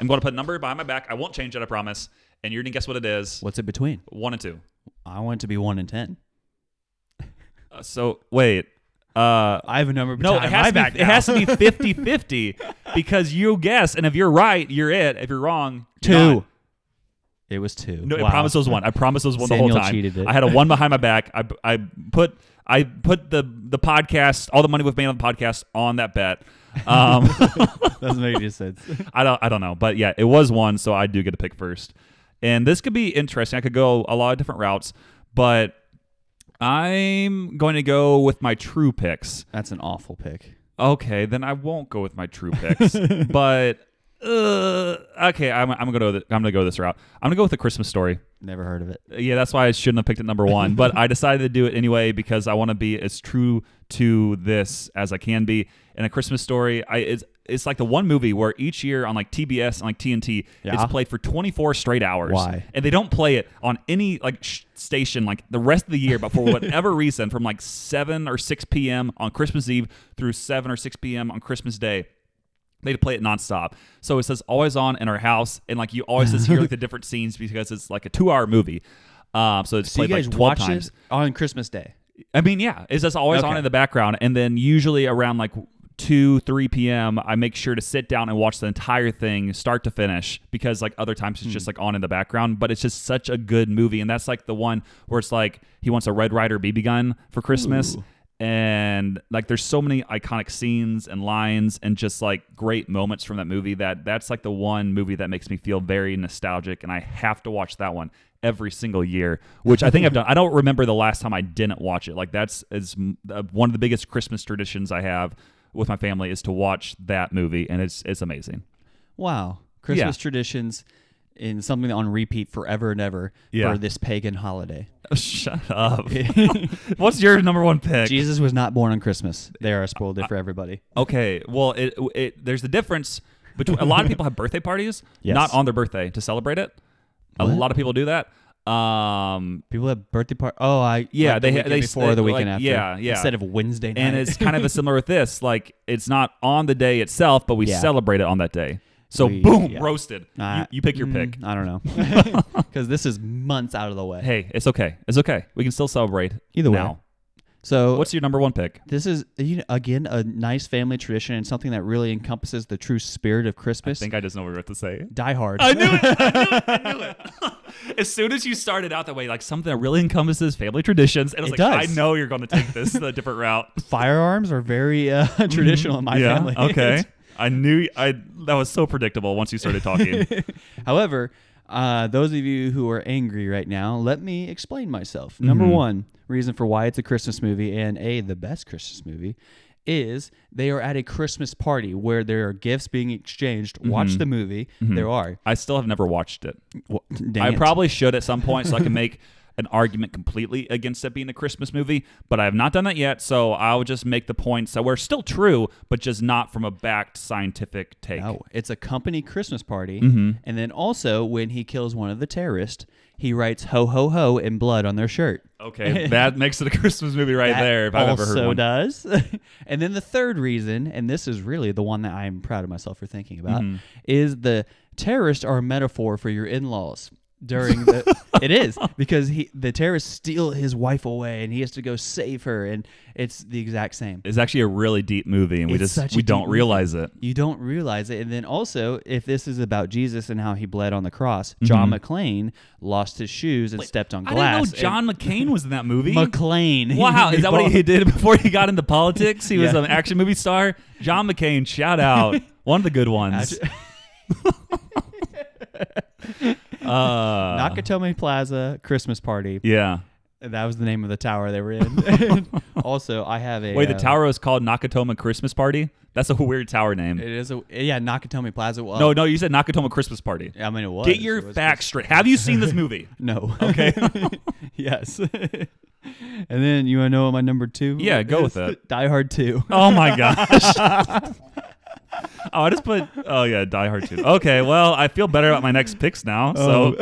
A: am going to put a number behind my back. I won't change it, I promise. And you're gonna guess what it is.
B: What's it between?
A: One and two.
B: I want it to be 1 in 10.
A: Uh, so wait. Uh,
B: I have a number
A: No,
B: behind
A: it
B: my
A: has, to
B: back
A: be, it
B: now.
A: has to be 50 50 because you guess, and if you're right, you're it. If you're wrong, you're
B: Two.
A: not.
B: It was 2.
A: No,
B: Wow.
A: I promise those one. I promise those one the
B: Samuel
A: whole time.
B: cheated it.
A: I had a one behind my back. I, I put I put the the podcast, all the money we've made on the podcast, on that bet. Um,
B: Doesn't make any sense.
A: I don't I don't know, but yeah, it was one, so I do get to pick first. And this could be interesting. I could go a lot of different routes, but I'm going to go with my true picks.
B: That's an awful pick.
A: Okay, then I won't go with my true picks. but uh, okay, I'm, I'm gonna go. Th- I'm gonna go this route. I'm gonna go with the Christmas story.
B: Never heard of it.
A: Yeah, that's why I shouldn't have picked it number one, but I decided to do it anyway because I want to be as true to this as I can be. And a Christmas story, I it's it's like the one movie where each year on like TBS and like TNT, it's
B: Yeah.
A: played for 24 straight hours.
B: Why?
A: And they don't play it on any like sh- station like the rest of the year, but for whatever reason, from like 7 or 6 p.m. on Christmas Eve through 7 or 6 p.m. on Christmas Day they play it nonstop. So it says always on in our house, and like you always just hear like the different scenes because it's like a two-hour movie. Um, so it's
B: So you
A: played
B: guys
A: like twelve
B: watch
A: times.
B: it on Christmas Day.
A: I mean, yeah, it's just always on
B: Okay.
A: in the background, and then usually around like 2 3 p.m i make sure to sit down and watch the entire thing start to finish because like other times it's just like on in the background but it's just such a good movie and that's like the one where it's like he wants a red rider bb gun for christmas and like there's so many iconic scenes and lines and just like great moments from that movie that that's like the one movie that makes me feel very nostalgic and i have to watch that one every single year, which I think I've done. I don't remember the last time I didn't watch it. Like that's is m- uh, one of the biggest Christmas traditions I have with my family is to watch that movie, and it's it's amazing.
B: Wow. Christmas
A: Yeah.
B: traditions in something on repeat forever and ever
A: Yeah.
B: for this pagan holiday.
A: Shut up. What's your number one pick?
B: Jesus was not born on Christmas. They are spoiled it for everybody.
A: Okay, well, it, it there's the difference between a lot of people have birthday parties,
B: Yes.
A: not on their birthday to celebrate it. A lot of people do that. Um,
B: People have birthday party. Oh, I
A: Yeah,
B: like
A: they
B: the
A: ha-
B: weekend
A: they s-
B: before the
A: like,
B: weekend after.
A: yeah, yeah.
B: Instead of Wednesday night,
A: and it's kind of a similar with this. Like it's not on the day itself, but we
B: Yeah.
A: celebrate it on that day. So
B: We-
A: boom,
B: yeah.
A: roasted.
B: Uh,
A: you, you pick your pick.
B: Mm, I don't know because this is months out of the way.
A: Hey, it's okay. It's okay. We can still celebrate.
B: Either way.
A: now.
B: So
A: What's your number one pick?
B: this is you know, again a nice family tradition and something that really encompasses the true spirit of Christmas.
A: I think I just know what we're about to say.
B: Die Hard.
A: I knew it. I knew it. I knew it. as soon as you started out that way, like something that really encompasses family traditions, and I was
B: It
A: like,
B: does.
A: I know you're going to take this a different route.
B: Firearms are very uh, traditional in my
A: Mm-hmm. yeah.
B: family.
A: Okay. I knew I that was so predictable once you started talking.
B: However, uh, those of you who are angry right now, let me explain myself. Number one reason for why it's a Christmas movie and a the best Christmas movie is they are at a Christmas party where there are gifts being exchanged. Watch the movie. There are.
A: I still have never watched it.
B: Well, dang
A: I
B: it.
A: probably should at some point so I can make an argument completely against it being a Christmas movie, but I have not done that yet. So I'll just make the points that were still true, but just not from a backed scientific take.
B: No, it's a company Christmas party. And then also, when he kills one of the terrorists, he writes "ho ho ho" in blood on their shirt.
A: Okay, that makes it a Christmas movie right
B: That
A: there. If I've ever heard
B: also
A: one.
B: does. and then the third reason, and this is really the one that I'm proud of myself for thinking about,
A: Mm-hmm.
B: is the terrorists are a metaphor for your in-laws. During the, it is because he the terrorists steal his wife away and he has to go save her and it's the exact same.
A: It's actually a really deep movie, and we
B: It's
A: just
B: such a
A: we
B: deep
A: don't
B: movie.
A: realize it.
B: You don't realize it, and then also if this is about Jesus and how he bled on the cross, John McClane lost his shoes and stepped on
A: Mm-hmm. I
B: glass.
A: didn't know John McCain was in that movie.
B: and McClane.
A: Wow, is that what he did before he got into politics? He was
B: Yeah.
A: an action movie star. John McCain, shout out, one of the good ones. Uh,
B: Nakatomi Plaza Christmas party.
A: yeah.
B: That was the name of the tower they were in. also, I have a
A: Wait, the
B: uh,
A: tower was called Nakatoma Christmas Party. That's a weird tower name.
B: It is a yeah Nakatomi Plaza. Well,
A: no, no, you said Nakatoma Christmas Party.
B: I mean it was.
A: Get your
B: It was-
A: facts straight. Have you seen this movie?
B: No. Okay. yes. and then you want to know what my number two?
A: Yeah, go
B: is?
A: with it.
B: Die Hard Two.
A: Oh my gosh. oh, I just put. Oh yeah, Die Hard two. Okay, well, I feel better about my next picks now. So,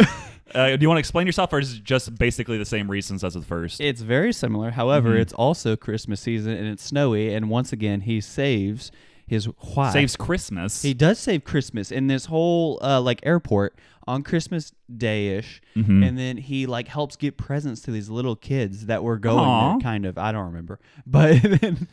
A: uh, do you want to explain yourself, or is it just basically the same reasons as with first?
B: It's very similar. However,
A: Mm-hmm.
B: it's also Christmas season and it's snowy. And once again, he saves his wife.
A: Saves Christmas.
B: He does save Christmas in this whole uh, like airport on Christmas Day ish,
A: Mm-hmm.
B: and then he like helps get presents to these little kids that were going
A: Aw.
B: there, kind of. I don't remember, but then,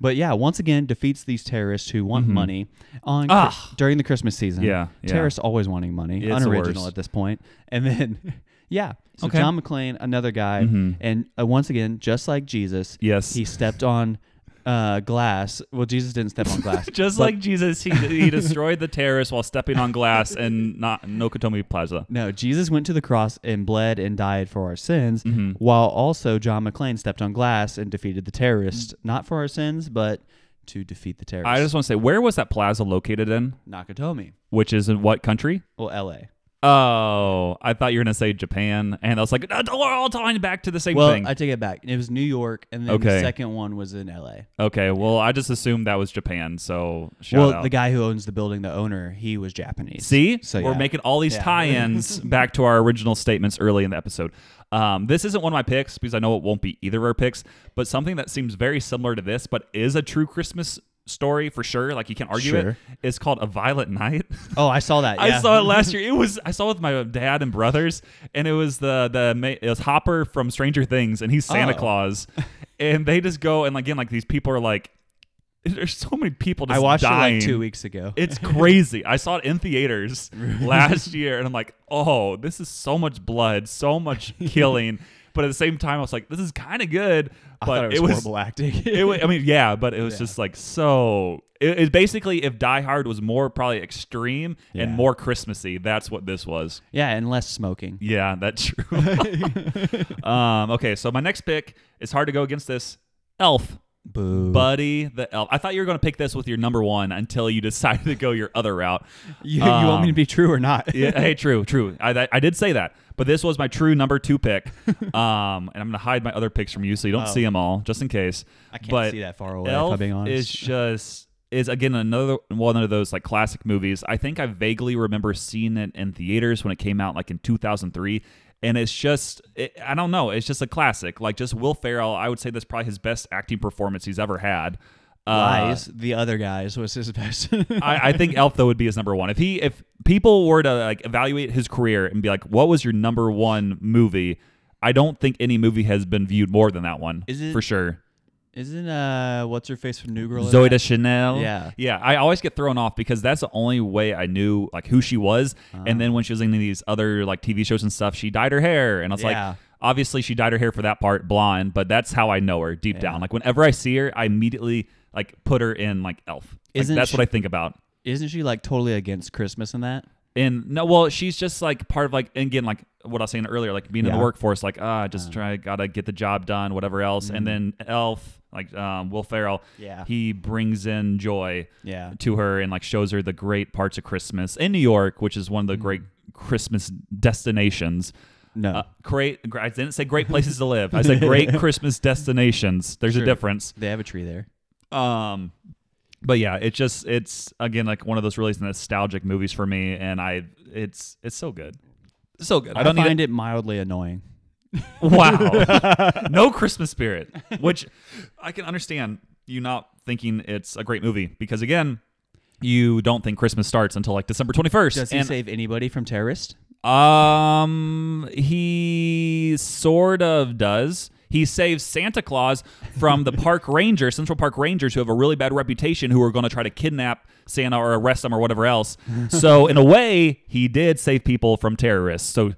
B: but yeah, once again defeats these terrorists who want money on
A: Mm-hmm.
B: Chri-
A: Ah.
B: during the Christmas season.
A: Yeah, yeah.
B: terrorists always wanting money,
A: It's the
B: unoriginal
A: worst.
B: at this point, and then. Yeah. So
A: Okay. Mm-hmm.
B: John McClane, another guy, and uh, once again, just like Jesus,
A: Yes.
B: he stepped on uh, glass. Well, Jesus didn't step on glass,
A: just
B: but-
A: like Jesus, he, he destroyed the terrorist while stepping on glass and not Nakatomi Plaza.
B: No, Jesus went to the cross and bled and died for our sins,
A: Mm-hmm.
B: while also John McClane stepped on glass and defeated the terrorist, not for our sins, but to defeat the terrorist.
A: I just want to say, where was that plaza located in?
B: Nakatomi.
A: Which is in what country?
B: Well, L.A.
A: Oh, I thought you were gonna say Japan, and I was like, "No, we're all tying back to the same
B: Well,
A: thing.
B: I take it back. It was New York, and then
A: Okay.
B: the second one was in L.A.
A: okay, well, I just assumed that was Japan. So shout
B: well,
A: out.
B: the guy who owns the building, the owner, he was Japanese.
A: See,
B: So,
A: we're
B: yeah.
A: making all these
B: Yeah.
A: tie-ins back to our original statements early in the episode. Um, this isn't one of my picks because I know it won't be either of our picks, but something that seems very similar to this, but is a true Christmas story for sure. Like you can't argue it.
B: Sure.
A: It's called A Violent Night.
B: Oh, I saw that.
A: I
B: yeah.
A: saw it last year. It was I saw it with my dad and brothers, and it was the the ma- it was Hopper from Stranger Things, and he's Santa
B: Oh.
A: Claus, and they just go and like, again like these people are like There's so many people just
B: I watched
A: dying.
B: it like two weeks ago.
A: It's crazy. I saw it in theaters last year, and I'm like, oh, this is so much blood, so much killing. But at the same time, I was like, this is kind of good.
B: I
A: But
B: thought it was, horrible acting.
A: it wa- I mean, yeah, but it was just like so. It, it basically, if Die Hard was more probably extreme and
B: Yeah.
A: more Christmassy, that's what this was.
B: yeah, and less smoking.
A: Yeah, that's true. um, okay, so my next pick is hard to go against this Elf.
B: Boo.
A: Buddy the Elf. I thought you were going to pick this with your number one until you decided to go your other route.
B: you, you want me
A: um,
B: to be true or not?
A: yeah, hey, true, true. I, that, I did say that, but this was my true number two pick. Um, and I'm going to hide my other picks from you so you don't see them all, just in case.
B: Oh. I can't
A: but
B: see that far away.
A: Elf
B: if I'm being honest.
A: is just is again another one of those like classic movies. I think I vaguely remember seeing it in theaters when it came out like in 2003 and it's just it, I don't know, it's just a classic. Like just Will Ferrell, I would say that's probably his best acting performance he's ever had. Uh,
B: Lies. the other guys was his best.
A: I, I think Elf though would be his number one. If he if people were to like evaluate his career and be like, what was your number one movie? I don't think any movie has been viewed more than that one.
B: Is it-
A: for sure?
B: Isn't uh, what's her face from New Girl? in
A: Zoe
B: that?
A: Deschanel.
B: Yeah.
A: yeah. I always get thrown off because that's the only way I knew like who she was.
B: Ah.
A: And then when she was in these other like TV shows and stuff, she dyed her hair, and I was
B: Yeah.
A: like, obviously she dyed her hair for that part blonde, but that's how I know her deep down. Like whenever I see her, I immediately like put her in like Elf. Like,
B: Isn't
A: that's
B: she-
A: what I think about.
B: Isn't she like totally against Christmas and that?
A: And no, well, she's just like part of like and again like what I was saying earlier, like being in the
B: Yeah. Mm-hmm.
A: workforce, like ah, just try gotta get the job done, whatever else. And then Elf, like um, Will Ferrell,
B: Yeah.
A: he brings in joy,
B: Yeah.
A: to her and like shows her the great parts of Christmas in New York, which is one of the great
B: Mm-hmm.
A: Christmas destinations.
B: No.
A: Uh, great, gr- I didn't say great places to live. I said great Christmas destinations. There's a
B: Sure.
A: difference.
B: they have a tree there.
A: Um, but yeah, it just it's again like one of those really nostalgic movies for me, and I it's it's so good, so good.
B: I,
A: I don't need
B: find
A: it.
B: it mildly annoying.
A: Wow, no Christmas spirit, which I can understand you not thinking it's a great movie because again. You don't think Christmas starts until like December twenty first.
B: Does he save anybody from terrorists?
A: Um, he sort of does. He saves Santa Claus from the park ranger, Central Park Rangers, who have a really bad reputation, who are going to try to kidnap Santa or arrest him or whatever else. So, in a way, he did save people from terrorists. So,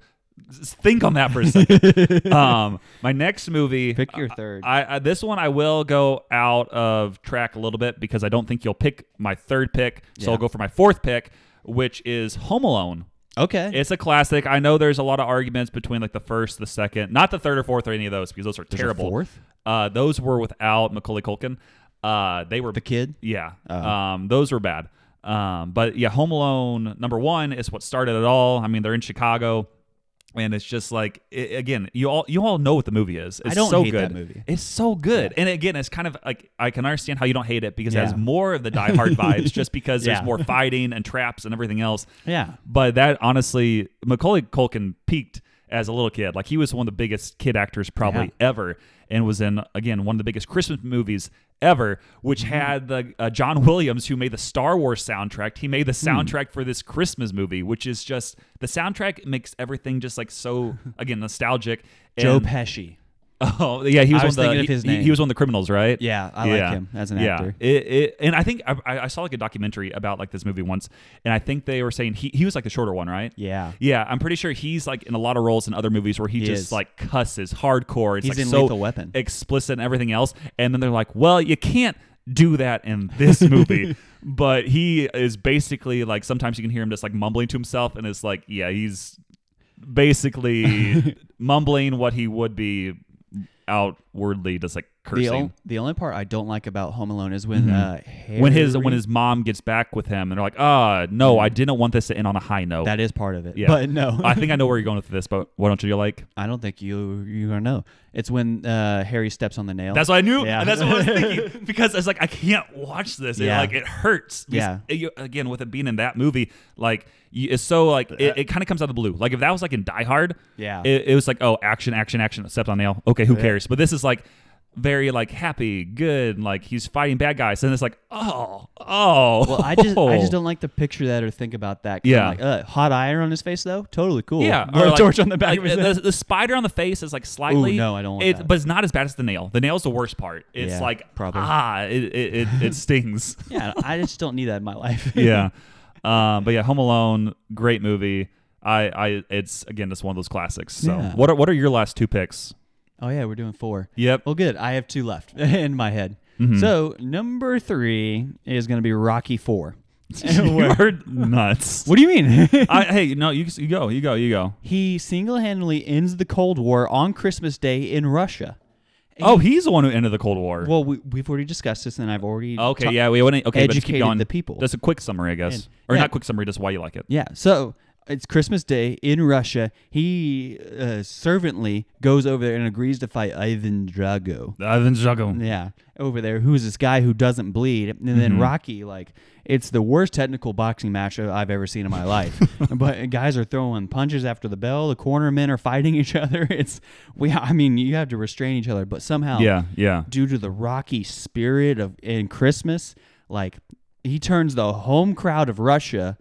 A: s- think on that for a second. um, my next movie,
B: Pick your third.
A: I, I this one I will go out of track a little bit because I don't think you'll pick my third pick. So
B: Yeah.
A: I'll go for my fourth pick, which is Home Alone.
B: okay.
A: It's a classic. I know there's a lot of arguments between like the first, the second, not the third or fourth or any of those because those are
B: There's a
A: terrible.
B: fourth?
A: Uh, those were without Macaulay Culkin. Uh, they were
B: the Uh-huh. kid.
A: yeah. Um, those were bad. Um, but yeah, Home Alone number one is what started it all. I mean, they're in Chicago, and it's just like i again, you all you all know what the movie is. It's
B: don't
A: so
B: hate
A: good.
B: that movie.
A: It's so good, and again, it's kind of like I can understand how you don't hate it because it has
B: Yeah.
A: more of the Die Hard vibes, just because
B: Yeah.
A: there's more fighting and traps and everything else.
B: Yeah.
A: But that honestly, Macaulay Culkin peaked as a little kid. Like he was one of the biggest kid actors probably ever, and was in again one of the biggest Christmas movies ever, which had the uh, John Williams who made the Star Wars soundtrack. He made the soundtrack for this Christmas movie, which is just the soundtrack makes everything just like so again nostalgic.
B: Joe
A: and-
B: Pesci.
A: Oh yeah, he was,
B: I was
A: one of the,
B: thinking of
A: he-
B: his
A: he, he
B: name.
A: was one of the criminals, right?
B: Yeah, I like him as an
A: yeah.
B: actor.
A: It, it, and I think I, I I saw like a documentary about like this movie once, and I think they were saying he, he was like the shorter one, right?
B: Yeah.
A: yeah. I'm pretty sure he's like in a lot of roles in other movies where he,
B: He
A: just
B: is.
A: like cusses hardcore. It's
B: He's
A: like
B: in
A: so
B: Lethal Weapon.
A: explicit and everything else, and then they're like, well, you can't do that in this movie. but he is basically like sometimes you can hear him just like mumbling to himself, and it's like, yeah, he's basically mumbling what he would be outwardly just like
B: The,
A: cursing.
B: ol- the only part I don't like about Home Alone is when uh, Harry,
A: Mm-hmm. when his when his mom gets back with him and they're like, "Ah, no, I didn't want this to end on a high note."
B: that is part of it.
A: Yeah.
B: But no,
A: I think I know where you're going with this, but why don't you like?
B: I don't think you you gonna know. It's when uh, Harry steps on the nail.
A: That's what I knew.
B: Yeah.
A: And that's what I was thinking because I was like, I can't watch this. It,
B: Yeah.
A: like it hurts. Because
B: Yeah.
A: it- you- again, with it being in that movie, like you, it's so like it, it kind of comes out of the blue. Like if that was like in Die Hard,
B: Yeah.
A: it, it was like oh action, action, action, stepped on nail. Okay, who cares? But this is like very like happy, good, like he's fighting bad guys, and it's like, oh, oh.
B: Well, I just I just don't like to picture that or think about that. 'cause I'm
A: Yeah.
B: like, uh, hot iron on his face though, totally cool.
A: Yeah,
B: Throw
A: or,
B: a
A: like-
B: torch on the back
A: like,
B: of his
A: the-
B: head.
A: The, spider on the face is like slightly.
B: Ooh, no, I don't want
A: it,
B: that.
A: But it's not as bad as the nail. The nail's the worst part. It's
B: Yeah,
A: like
B: probably.
A: ah, it it, it, it stings.
B: yeah, I just don't need that in my life.
A: yeah. Um, but yeah, Home Alone, great movie. I, I it's again just one of those classics. So
B: Yeah.
A: what are what are your last two picks?
B: Oh yeah, we're doing four.
A: Yep. Mm-hmm.
B: Well, good. I have two left in my head. So number three is going to be Rocky Four.
A: you are nuts.
B: What do you mean?
A: I, hey, no, you, you go, you go, you go.
B: he single-handedly ends the Cold War on Christmas Day in Russia.
A: Oh, he's the one who ended the Cold War.
B: Well, we, we've already discussed this, and I've already
A: okay,
B: ta-
A: yeah, we wouldn't. Okay, but just keep
B: educated
A: going.
B: the people.
A: That's a quick summary, I guess,
B: And-
A: or
B: yeah.
A: not quick summary, just why you like it.
B: Yeah. So it's Christmas Day in Russia. He uh, servantly goes over there and agrees to fight Ivan Drago.
A: Ivan Drago.
B: Yeah, over there, who's this guy who doesn't bleed? And then Rocky, like, it's the worst technical boxing match I've ever seen in my life. but guys are throwing punches after the bell. The corner men are fighting each other. It's we. I mean, you have to restrain each other, but somehow,
A: Yeah, yeah.
B: due to the rocky spirit of in Christmas, like he turns the home crowd of Russia,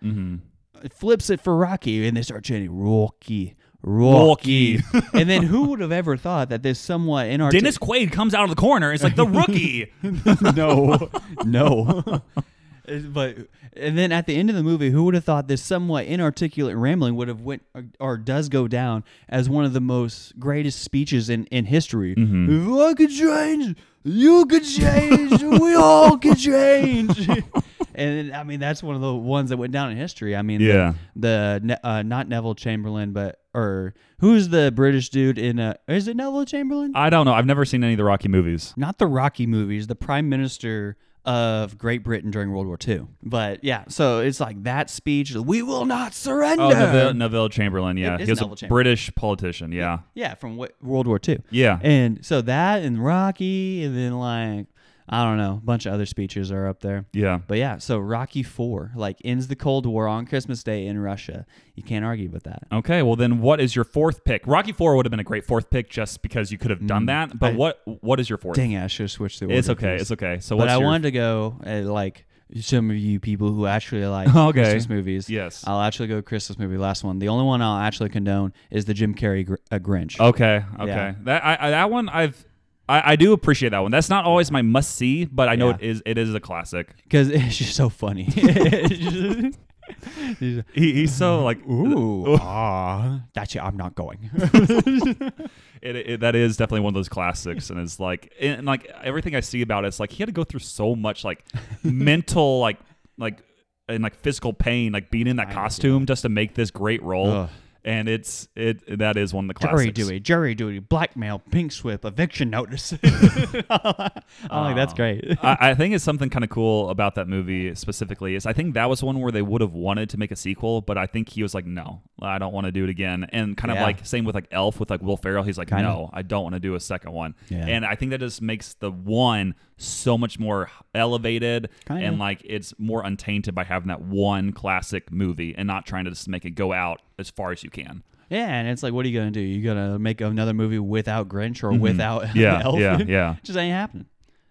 B: flips it for Rocky, and they start chanting Rocky, Rocky. and then who would have ever thought that this somewhat inartic-
A: Dennis Quaid comes out of the corner. It's like the rookie.
B: no, no. but and then at the end of the movie, who would have thought this somewhat inarticulate rambling would have went or, or does go down as one of the most greatest speeches in in history? If I could change, you could change, we all could change. and I mean, that's one of the ones that went down in history. I mean, the-
A: Yeah.
B: the, Ne- uh, not Neville Chamberlain, but or who's the British dude in? Uh, is it Neville Chamberlain?
A: I don't know. I've never seen any of the Rocky movies.
B: not the Rocky movies, the Prime Minister of Great Britain during World War II. But yeah, so it's like that speech, we will not surrender.
A: Oh, Neville, Neville Chamberlain. Yeah,
B: It is
A: he was a
B: Neville Chamberlain.
A: British politician. Yeah,
B: yeah, from what, World War II.
A: yeah.
B: And so that and Rocky, and then like, I don't know, a bunch of other speeches are up there.
A: yeah.
B: But yeah, so Rocky Four like ends the Cold War on Christmas Day in Russia. You can't argue with that.
A: Okay, well then, what is your fourth pick? Rocky Four would have been a great fourth pick just because you could have done that. But
B: Mm, I-
A: what what is your fourth?
B: Dang it, I should have switched the order.
A: it's okay.
B: please.
A: It's okay. So
B: But
A: what's
B: I
A: your,
B: wanted to go uh, like some of you people who actually like
A: Okay.
B: Christmas movies.
A: Yes.
B: I'll actually go Christmas movie. Last one. The only one I'll actually condone is the Jim Carrey gr- uh, Grinch.
A: Okay, okay.
B: Yeah.
A: That I, I, that one I've I, I do appreciate that one. That's not always my must see, but I know
B: Yeah.
A: it is it is a classic.
B: because it's just so funny. It's just-
A: He, he's so like
B: Ooh, ah, that's it. I'm not going.
A: It, it, that is definitely one of those classics, and it's like, and like everything I see about it, it's like he had to go through so much like mental, like, like, and like physical pain, like being in that costume just to make this great role.
B: Ugh.
A: And it's it that is one of the
B: jury
A: classics.
B: duty, jury duty, blackmail, pink slip, eviction notice. I'm like,
A: Ah.
B: that's great.
A: I, I think it's something kind of cool about that movie specifically is I think that was one where they would have wanted to make a sequel, but I think he was like, no, I don't want to do it again. And kind
B: Yeah.
A: of like same with like Elf with like Will Ferrell, he's like,
B: Kinda.
A: no, I don't want to do a second one.
B: Yeah.
A: And I think that just makes the one so much more elevated
B: Kinda.
A: and like it's more untainted by having that one classic movie and not trying to just make it go out as far as you can.
B: Yeah, and it's like, what are you gonna do? You gonna make another movie without Grinch or without
A: Mm-hmm. Yeah,
B: Elf?
A: yeah, yeah.
B: Just ain't happening.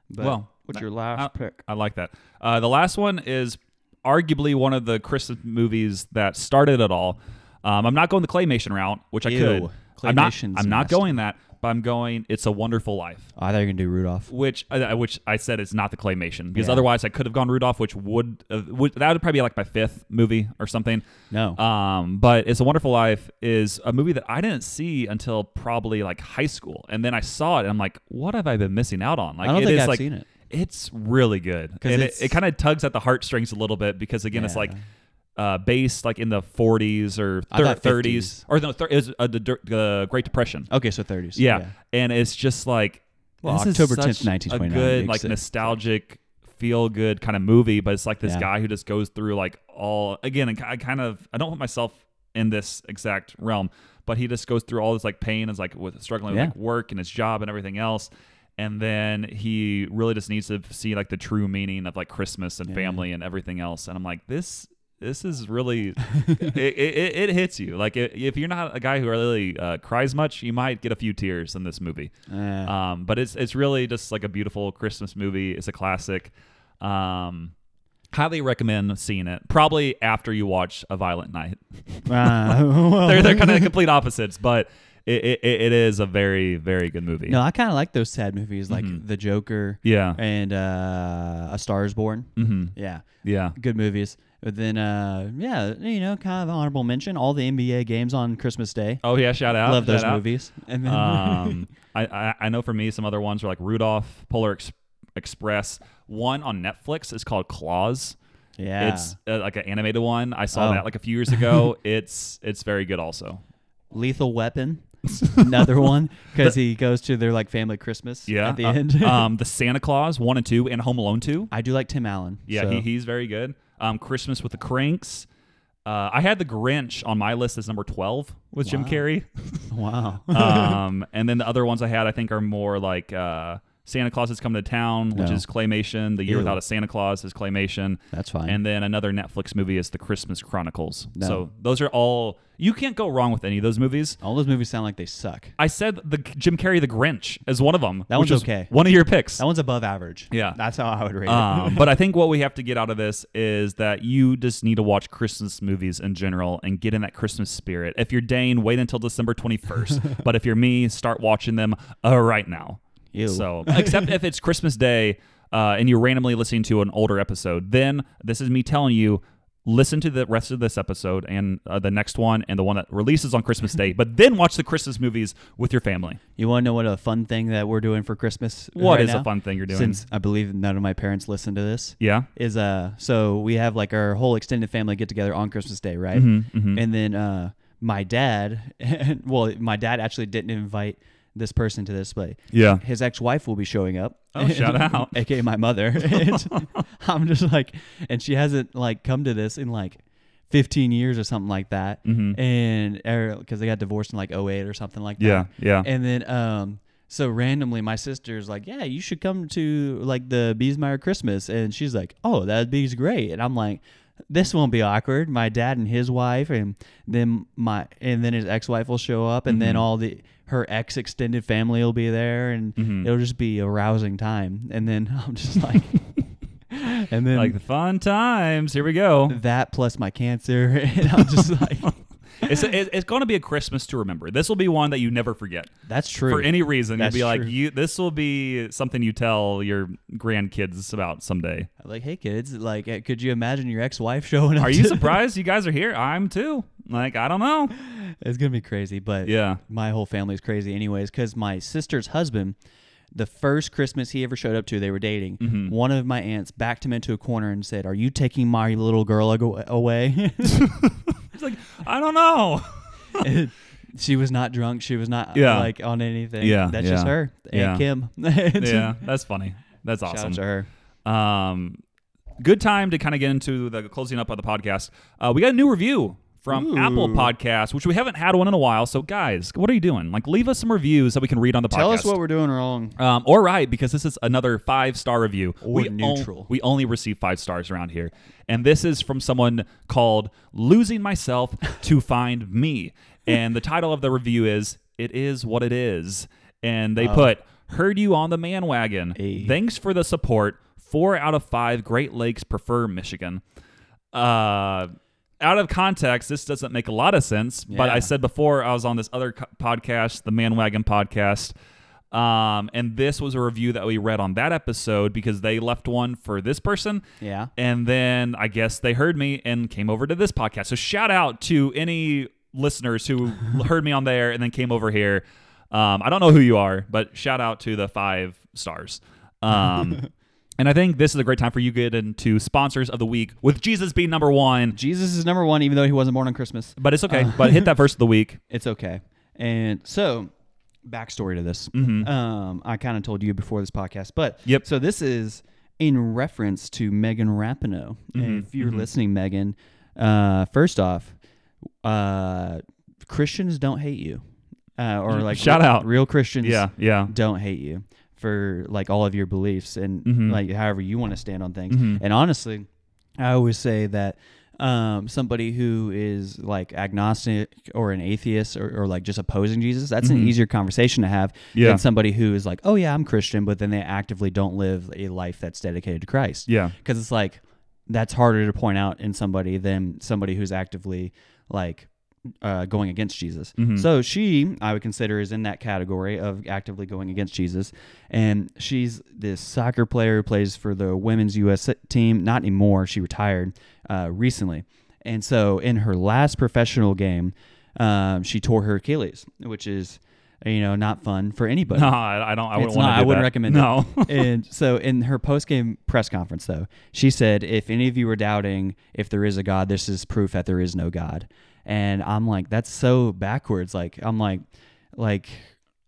B: But
A: Well,
B: what's your last pick?
A: I like that. Uh, the last one is arguably one of the Christmas movies that started it all. Um, I'm not going the claymation route, which I
B: Ew.
A: could. I'm not.
B: Claymation's
A: I'm not
B: nasty.
A: going that, but I'm going. It's a Wonderful Life,
B: I thought you were gonna do Rudolph.
A: which uh, which I said is not the claymation because
B: Yeah.
A: otherwise I could have gone Rudolph, which would, uh, would that would probably be like my fifth movie or something.
B: No.
A: Um, but It's a Wonderful Life is a movie that I didn't see until probably like high school, and then I saw it and I'm like, what have I been missing out on? Like
B: I don't
A: it
B: think
A: is,
B: I've
A: like-
B: seen it.
A: It's really good,
B: 'Cause
A: and
B: it's-
A: it, it kind of tugs at the heartstrings a little bit because again, it's like. Uh, based like in the 40s or
B: I
A: thir-
B: thought
A: 30s or no, thir- it was, uh, the, dur- the Great Depression.
B: Okay, so 30s.
A: Yeah. And it's just like
B: Well,
A: this is
B: October
A: such
B: 10th, 1929,
A: A good, like
B: makes it-
A: nostalgic, feel good kind of movie, but it's like this
B: Yeah.
A: guy who just goes through like all again. and I kind of I don't put myself in this exact realm, but he just goes through all this like pain and is like with struggling
B: Yeah.
A: with uh, like work and his job and everything else. And then he really just needs to see like the true meaning of like Christmas and family and everything else. And I'm like, this this is really it, it, it it hits you like i- if you're not a guy who really uh, cries much you might get a few tears in this movie
B: Eh.
A: um, but it's it's really just like a beautiful christmas movie it's a classic um, highly recommend seeing it probably after you watch a violent night
B: Ah, well,
A: they're, they're kind of complete opposites but it, it, it it is a very very good movie
B: no, I kind of like those sad movies like The Joker.
A: Mm-hmm. Yeah.
B: And uh, A Star Is Born. Mm-hmm. Yeah.
A: yeah
B: Good movies. But then, uh, yeah, you know, kind of honorable mention all the NBA games on Christmas Day.
A: oh yeah shout out
B: Love those
A: shout out.
B: movies. And then,
A: um, I, I I know for me some other ones are like Rudolph, Polar Ex- Express. One on Netflix is called Claws.
B: yeah,
A: It's uh, like an animated one. I saw
B: Oh.
A: that like a few years ago. it's it's very good also.
B: Lethal Weapon. Another one because he goes to their like family Christmas
A: Yeah.
B: at the
A: uh,
B: end.
A: um, the Santa Claus one and two and Home Alone two.
B: I do like Tim Allen.
A: Yeah,
B: so-
A: he, he's very good. Um, Christmas with the Cranks. Uh, I had the Grinch on my list as number twelve with Jim
B: Wow.
A: Carrey.
B: wow.
A: um, and then the other ones I had, I think, are more like uh, Santa Claus has come to town, which
B: No.
A: is claymation. The Year
B: Ew.
A: Without a Santa Claus is claymation.
B: That's fine.
A: And then another Netflix movie is The Christmas Chronicles.
B: No.
A: So those are all. You can't go wrong with any of those movies.
B: all those movies sound like they suck.
A: I said the Jim Carrey The Grinch is one of them.
B: That
A: which is
B: one's okay.
A: One of your picks.
B: That one's above average.
A: Yeah.
B: That's how I would rate it.
A: um, but I think what we have to get out of this is that you just need to watch Christmas movies in general and get in that Christmas spirit. If you're Dane, wait until December 21st. but if you're me, start watching them uh, right now.
B: Ew.
A: So, except if it's Christmas Day uh, and you're randomly listening to an older episode, then this is me telling you. Listen to the rest of this episode and uh, the next one and the one that releases on Christmas Day, but then watch the Christmas movies with your family.
B: You want to know what a fun thing that we're doing for Christmas?
A: What
B: What is
A: is a fun thing you're doing?
B: Since I believe none of my parents listen to this.
A: Yeah.
B: Is uh so we have like our whole extended family get together on Christmas Day, right?
A: Mm-hmm,
B: And then uh my dad well my dad actually didn't invite this person to this but
A: Yeah.
B: his ex-wife will be showing up
A: Oh, shout out.
B: aka my mother And i'm just like and she hasn't like come to this in like 15 years or something like that
A: Mm-hmm.
B: and because they got divorced in like 08 or something like that
A: Yeah, yeah.
B: and then um so randomly my sister's like yeah you should come to like the Biesmeyer christmas and she's like oh that'd be great and i'm like this won't be awkward my dad and his wife and then my and then his ex-wife will show up and
A: Mm-hmm.
B: then all the her ex extended family will be there and
A: Mm-hmm.
B: it'll just be a rousing time and then i'm just like and then
A: Like the fun times. Here we go.
B: that plus my cancer and i'm just like
A: it's it- it's going to be a Christmas to remember. This will be one that you never forget
B: that's true
A: for any reason.
B: That's
A: you'll be
B: true.
A: like, you. This will be something you tell your grandkids about someday.
B: like hey kids like eh, could you imagine your ex-wife showing up
A: Are you
B: to-
A: surprised you guys are here? I'm too. Like I don't know.
B: It's gonna be crazy, but
A: Yeah.
B: my whole family's crazy anyways. Because my sister's husband, the first Christmas he ever showed up to, they were dating.
A: Mm-hmm.
B: One of my aunts backed him into a corner and said, "Are you taking my little girl ag- away?"
A: It's like I don't know.
B: she was not drunk. She was not
A: Yeah.
B: like on anything.
A: Yeah,
B: that's just
A: yeah,
B: her. Aunt
A: yeah.
B: Kim.
A: yeah, that's funny. That's
B: Shout
A: awesome.
B: out to her.
A: Um, good time to kind of get into the closing up of the podcast. Uh, we got a new review from Apple Podcasts, which we haven't had one in a while. So guys, what are you doing? Like, leave us some reviews that we can read on the podcast.
B: Tell us what we're doing wrong.
A: Um, or right, because this is another five star review.
B: Or
A: we on-
B: neutral.
A: we only receive five stars around here. And this is from someone called Losing Myself to Find Me. And the title of the review is It Is What It Is. And they put, Heard you on the man wagon.
B: Oh. Hey.
A: Thanks for the support. Four out of five Great Lakes prefer Michigan. Uh, out of context, this doesn't make a lot of sense. But
B: Yeah.
A: I said before, I was on this other co- podcast, the Man Wagon podcast, um, and this was a review that we read on that episode because they left one for this person.
B: Yeah.
A: And then I guess they heard me and came over to this podcast. So shout out to any listeners who heard me on there and then came over here. Um, I don't know who you are, but shout out to the five stars. Um, and I think this is a great time for you to get into sponsors of the week with Jesus being number one.
B: Jesus is number one, even though he wasn't born on Christmas.
A: But it's okay. but hit that first of the week.
B: It's okay. And so, backstory to this. Um, I kind of told you before this podcast, but
A: Mm-hmm. Yep.
B: So this is in reference to Megan Rapinoe.
A: Mm-hmm.
B: And if you're listening, Megan, uh, first off, uh, Christians don't hate you, uh, or like
A: Mm-hmm. Shout
B: re-
A: out.
B: real Christians.
A: Yeah, yeah.
B: don't hate you for like all of your
A: Mm-hmm.
B: beliefs and like however you want to stand on things. And honestly, I always say that um, somebody who is like agnostic or an atheist or, or like just opposing Jesus, that's an easier conversation to have
A: Mm-hmm. Yeah.
B: than somebody who is like, oh yeah, I'm Christian, but then they actively don't live a life that's dedicated to Christ.
A: Yeah.
B: Because it's like, that's harder to point out in somebody than somebody who's actively like uh, going against Jesus. So she, I would consider, is in that category of actively going against Jesus. And she's this soccer player who plays for the women's U.S. team. Not anymore. She retired uh, recently. And so in her last professional game, um, she tore her Achilles, which is, you know, not fun for anybody.
A: No, I, I don't. I
B: It's
A: wouldn't want
B: not-
A: to.
B: I wouldn't recommend
A: No.
B: it. and so in her post game press conference, though, she said, "If any of you are doubting if there is a God, this is proof that there is no God." And I'm like, that's so backwards. Like I'm like, like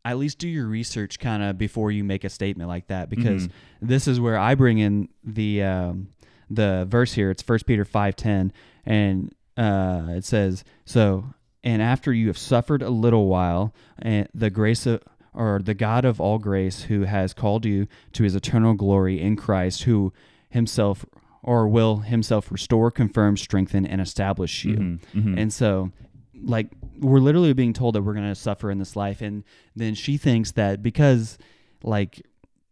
B: at least do your research kind of before you make a statement like that because
A: Mm-hmm.
B: this is where I bring in the um, the verse here. It's First Peter five ten, and uh, it says so. And after you have suffered a little while, and the grace of or the God of all grace who has called you to his eternal glory in Christ, who himself or will himself restore, confirm, strengthen, and establish you. And so, like, we're literally being told that we're going to suffer in this life. And then she thinks that because, like,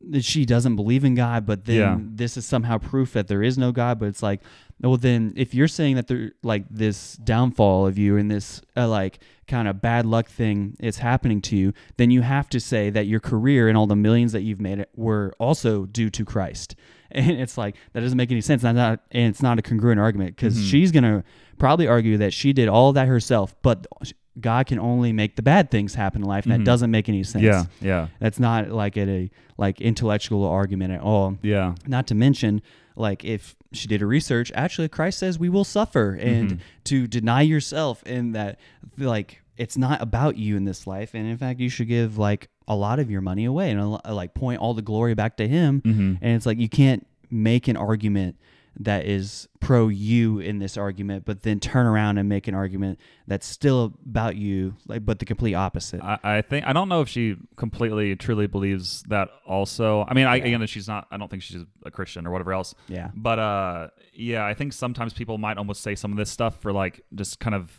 B: that she doesn't believe in God, but then
A: Yeah.
B: this is somehow proof that there is no God. But it's like, well, then if you're saying that there, like this downfall of you and this uh, like kind of bad luck thing is happening to you, then you have to say that your career and all the millions that you've made were also due to Christ. And it's like that doesn't make any sense. And, I'm not, and it's not a congruent argument because she's gonna probably argue that she did all that herself, but God can only make the bad things happen in life. And that doesn't make any sense.
A: yeah. Yeah.
B: That's not like at a like intellectual argument at all.
A: Yeah.
B: Not to mention, like if she did her research, actually Christ says we will suffer and to deny yourself and that like it's not about you in this life and in fact you should give like a lot of your money away and a lo- like point all the glory back to him and it's like you can't make an argument that is pro you in this argument but then turn around and make an argument that's still about you like but the complete opposite
A: I, I think I don't know if she completely truly believes that. Also, I mean, I, again, she's not. I don't think she's a Christian or whatever else.
B: Yeah.
A: But uh, yeah, I think sometimes people might almost say some of this stuff for like just kind of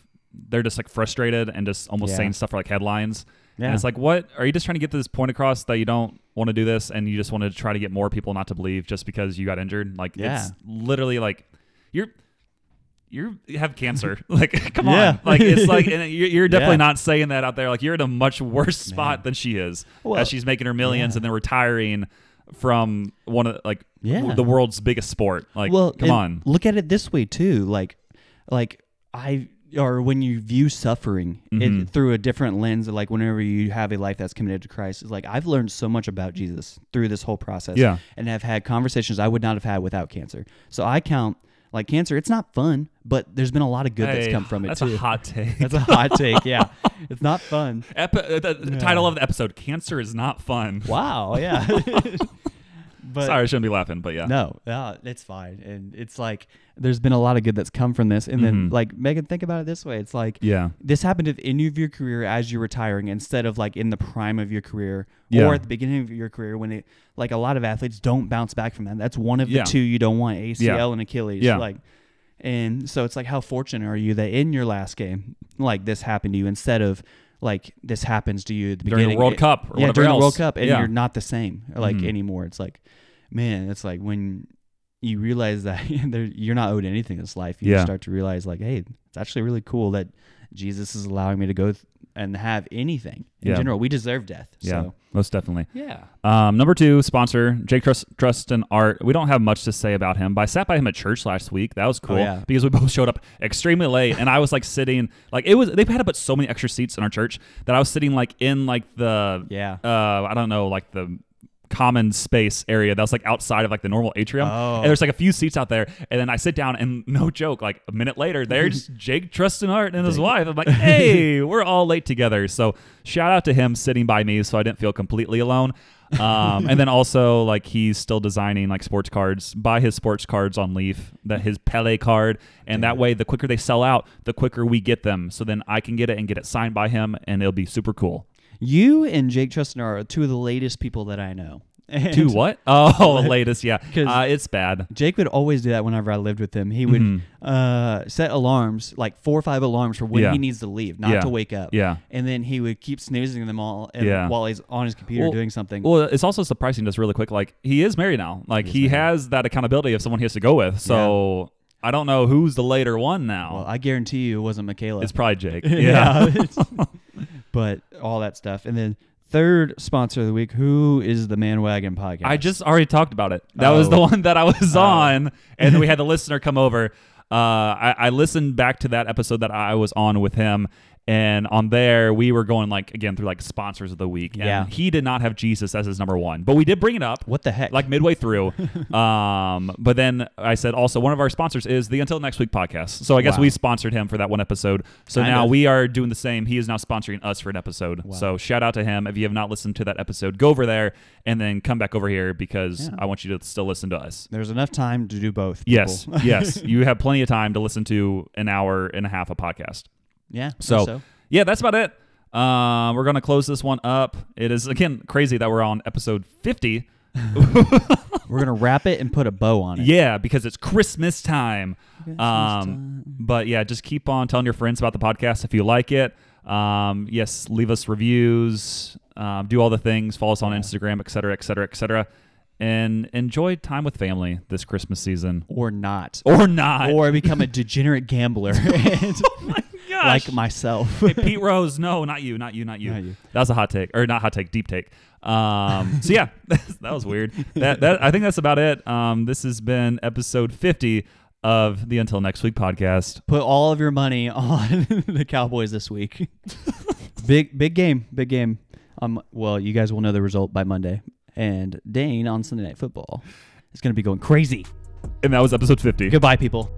A: they're just like frustrated and just almost
B: Yeah.
A: saying stuff for like headlines.
B: Yeah.
A: And it's like, what are you just trying to get this point across that you don't want to do this and you just want to try to get more people not to believe just because you got injured? Like,
B: Yeah.
A: it's literally like you're. You're, you have cancer. Like, come
B: Yeah.
A: on. Like, it's like, and you're, you're definitely
B: Yeah.
A: not saying that out there. Like you're in a much worse spot than she is.
B: Well,
A: as she's making her millions and then retiring from one of like
B: Yeah.
A: w- the world's biggest sport. Like,
B: well
A: come
B: and
A: on.
B: look at it this way too like like i or when you view suffering
A: Mm-hmm.
B: it, through a different lens like whenever you have a life that's committed to christ it's like i've learned so much about jesus through this whole process
A: Yeah.
B: and have had conversations i would not have had without cancer so i count like cancer it's not fun but there's been a lot of good that's
A: Hey,
B: come from it
A: That's
B: too
A: a hot take.
B: that's a hot take yeah it's not fun
A: Epi- uh, the the title of the episode: "Cancer is not fun."
B: wow yeah but
A: Sorry, I shouldn't be laughing, but yeah.
B: No, no, it's fine. And it's like there's been a lot of good that's come from this. And then
A: Mm-hmm.
B: like Megan, think about it this way. It's like
A: Yeah.
B: this happened at the end of your career as you're retiring instead of like in the prime of your career
A: Yeah.
B: or at the beginning of your career when it like a lot of athletes don't bounce back from that. That's one of
A: Yeah.
B: the two you don't want, ACL
A: Yeah.
B: and Achilles.
A: Yeah.
B: Like and so it's like how fortunate are you that in your last game like this happened to you instead of like this happens to you at the
A: During the
B: beginning
A: World Cup or
B: yeah,
A: whatever
B: during the World
A: else.
B: Cup and
A: Yeah. Mm-hmm.
B: you're not the same like anymore. It's like man, it's like when you realize that there- you're not owed anything in this life, you
A: Yeah.
B: start to realize like, hey, it's actually really cool that Jesus is allowing me to go th- and have anything in
A: Yeah.
B: general. We deserve death.
A: Yeah,
B: So
A: most definitely.
B: yeah,
A: Um, number two sponsor Jake Trust, Trust and Art. We don't have much to say about him, but I sat by him at church last week. That was cool
B: yeah.
A: because we both showed up extremely late, and I was like sitting like it was. They had to put so many extra seats in our church that I was sitting like in like the
B: Yeah.
A: uh, I don't know like the common space area that was like outside of like the normal atrium
B: Oh.
A: and there's like a few seats out there and then i sit down and no joke like a minute later there's jake trust and art and his wife i'm like hey we're all late together so shout out to him sitting by me so i didn't feel completely alone um, and then also like he's still designing like sports cards buy his sports cards on leaf that his pele card and that way the quicker they sell out the quicker we get them so then i can get it and get it signed by him and it'll be super cool
B: you and Jake Trustin are two of the latest people that I know. And
A: To what? Oh, latest, yeah.
B: 'Cause-
A: Uh, it's bad.
B: Jake would always do that whenever I lived with him. He would uh, set alarms, like four or five alarms for when
A: Mm-hmm. Yeah.
B: he needs to leave, not
A: Yeah.
B: to wake up.
A: Yeah.
B: And then he would keep snoozing them all and
A: Yeah.
B: while he's on his computer doing something.
A: Well, it's also surprising just really quick. Like he is married now. Like he has that accountability of someone he has to go with. So I don't know who's the later one now.
B: Well, uh, I guarantee you it wasn't Michaela.
A: it's probably Jake. Yeah.
B: but all that stuff. And then third sponsor of the week, who is the Man Wagon podcast?
A: I just already talked about it. That was
B: Oh.
A: the one that I was on, and then we had the listener come over. Uh, I, I listened back to that episode that I was on with him, and on there we were going like again through like sponsors of the week. And
B: Yeah.
A: he did not have Jesus as his number one, but we did bring it up.
B: What the heck?
A: Like midway through, um, but then I said also one of our sponsors is the Until Next Week podcast. So I guess
B: Wow.
A: we sponsored him for that one episode. So
B: Kind
A: now
B: of.
A: we are doing the same. He is now sponsoring us for an episode. So shout out to him. If you have not listened to that episode, go over there and then come back over here because I want you to still listen to us.
B: There's enough time to do both.
A: Yes,
B: people.
A: yes. You have plenty of time to listen to an hour and a half of podcast.
B: yeah. or
A: So, yeah, that's about it. Uh, we're gonna close this one up. It is again crazy that we're on episode fifty.
B: We're gonna wrap it and put a bow on it.
A: Yeah, because it's Christmas time. um, But yeah, just keep on telling your friends about the podcast if you like it. Um, yes, leave us reviews, um, do all the things, follow us on Instagram, et cetera, et cetera, et cetera. And enjoy time with family this Christmas season.
B: Or not.
A: Or not.
B: Or become a degenerate gambler. and-
A: Gosh.
B: like myself.
A: Pete Rose, no, not you, not you, not you.
B: Not you.
A: That was a hot take, or not hot take, deep take. Um, so yeah, that was weird. That, that I think that's about it. Um, this has been episode fifty of the Until Next Week podcast.
B: Put all of your money on the Cowboys this week. big big game, big game. Um, well, you guys will know the result by Monday, and Dane on Sunday Night Football is going to be going crazy.
A: And that was episode fifty.
B: Goodbye, people.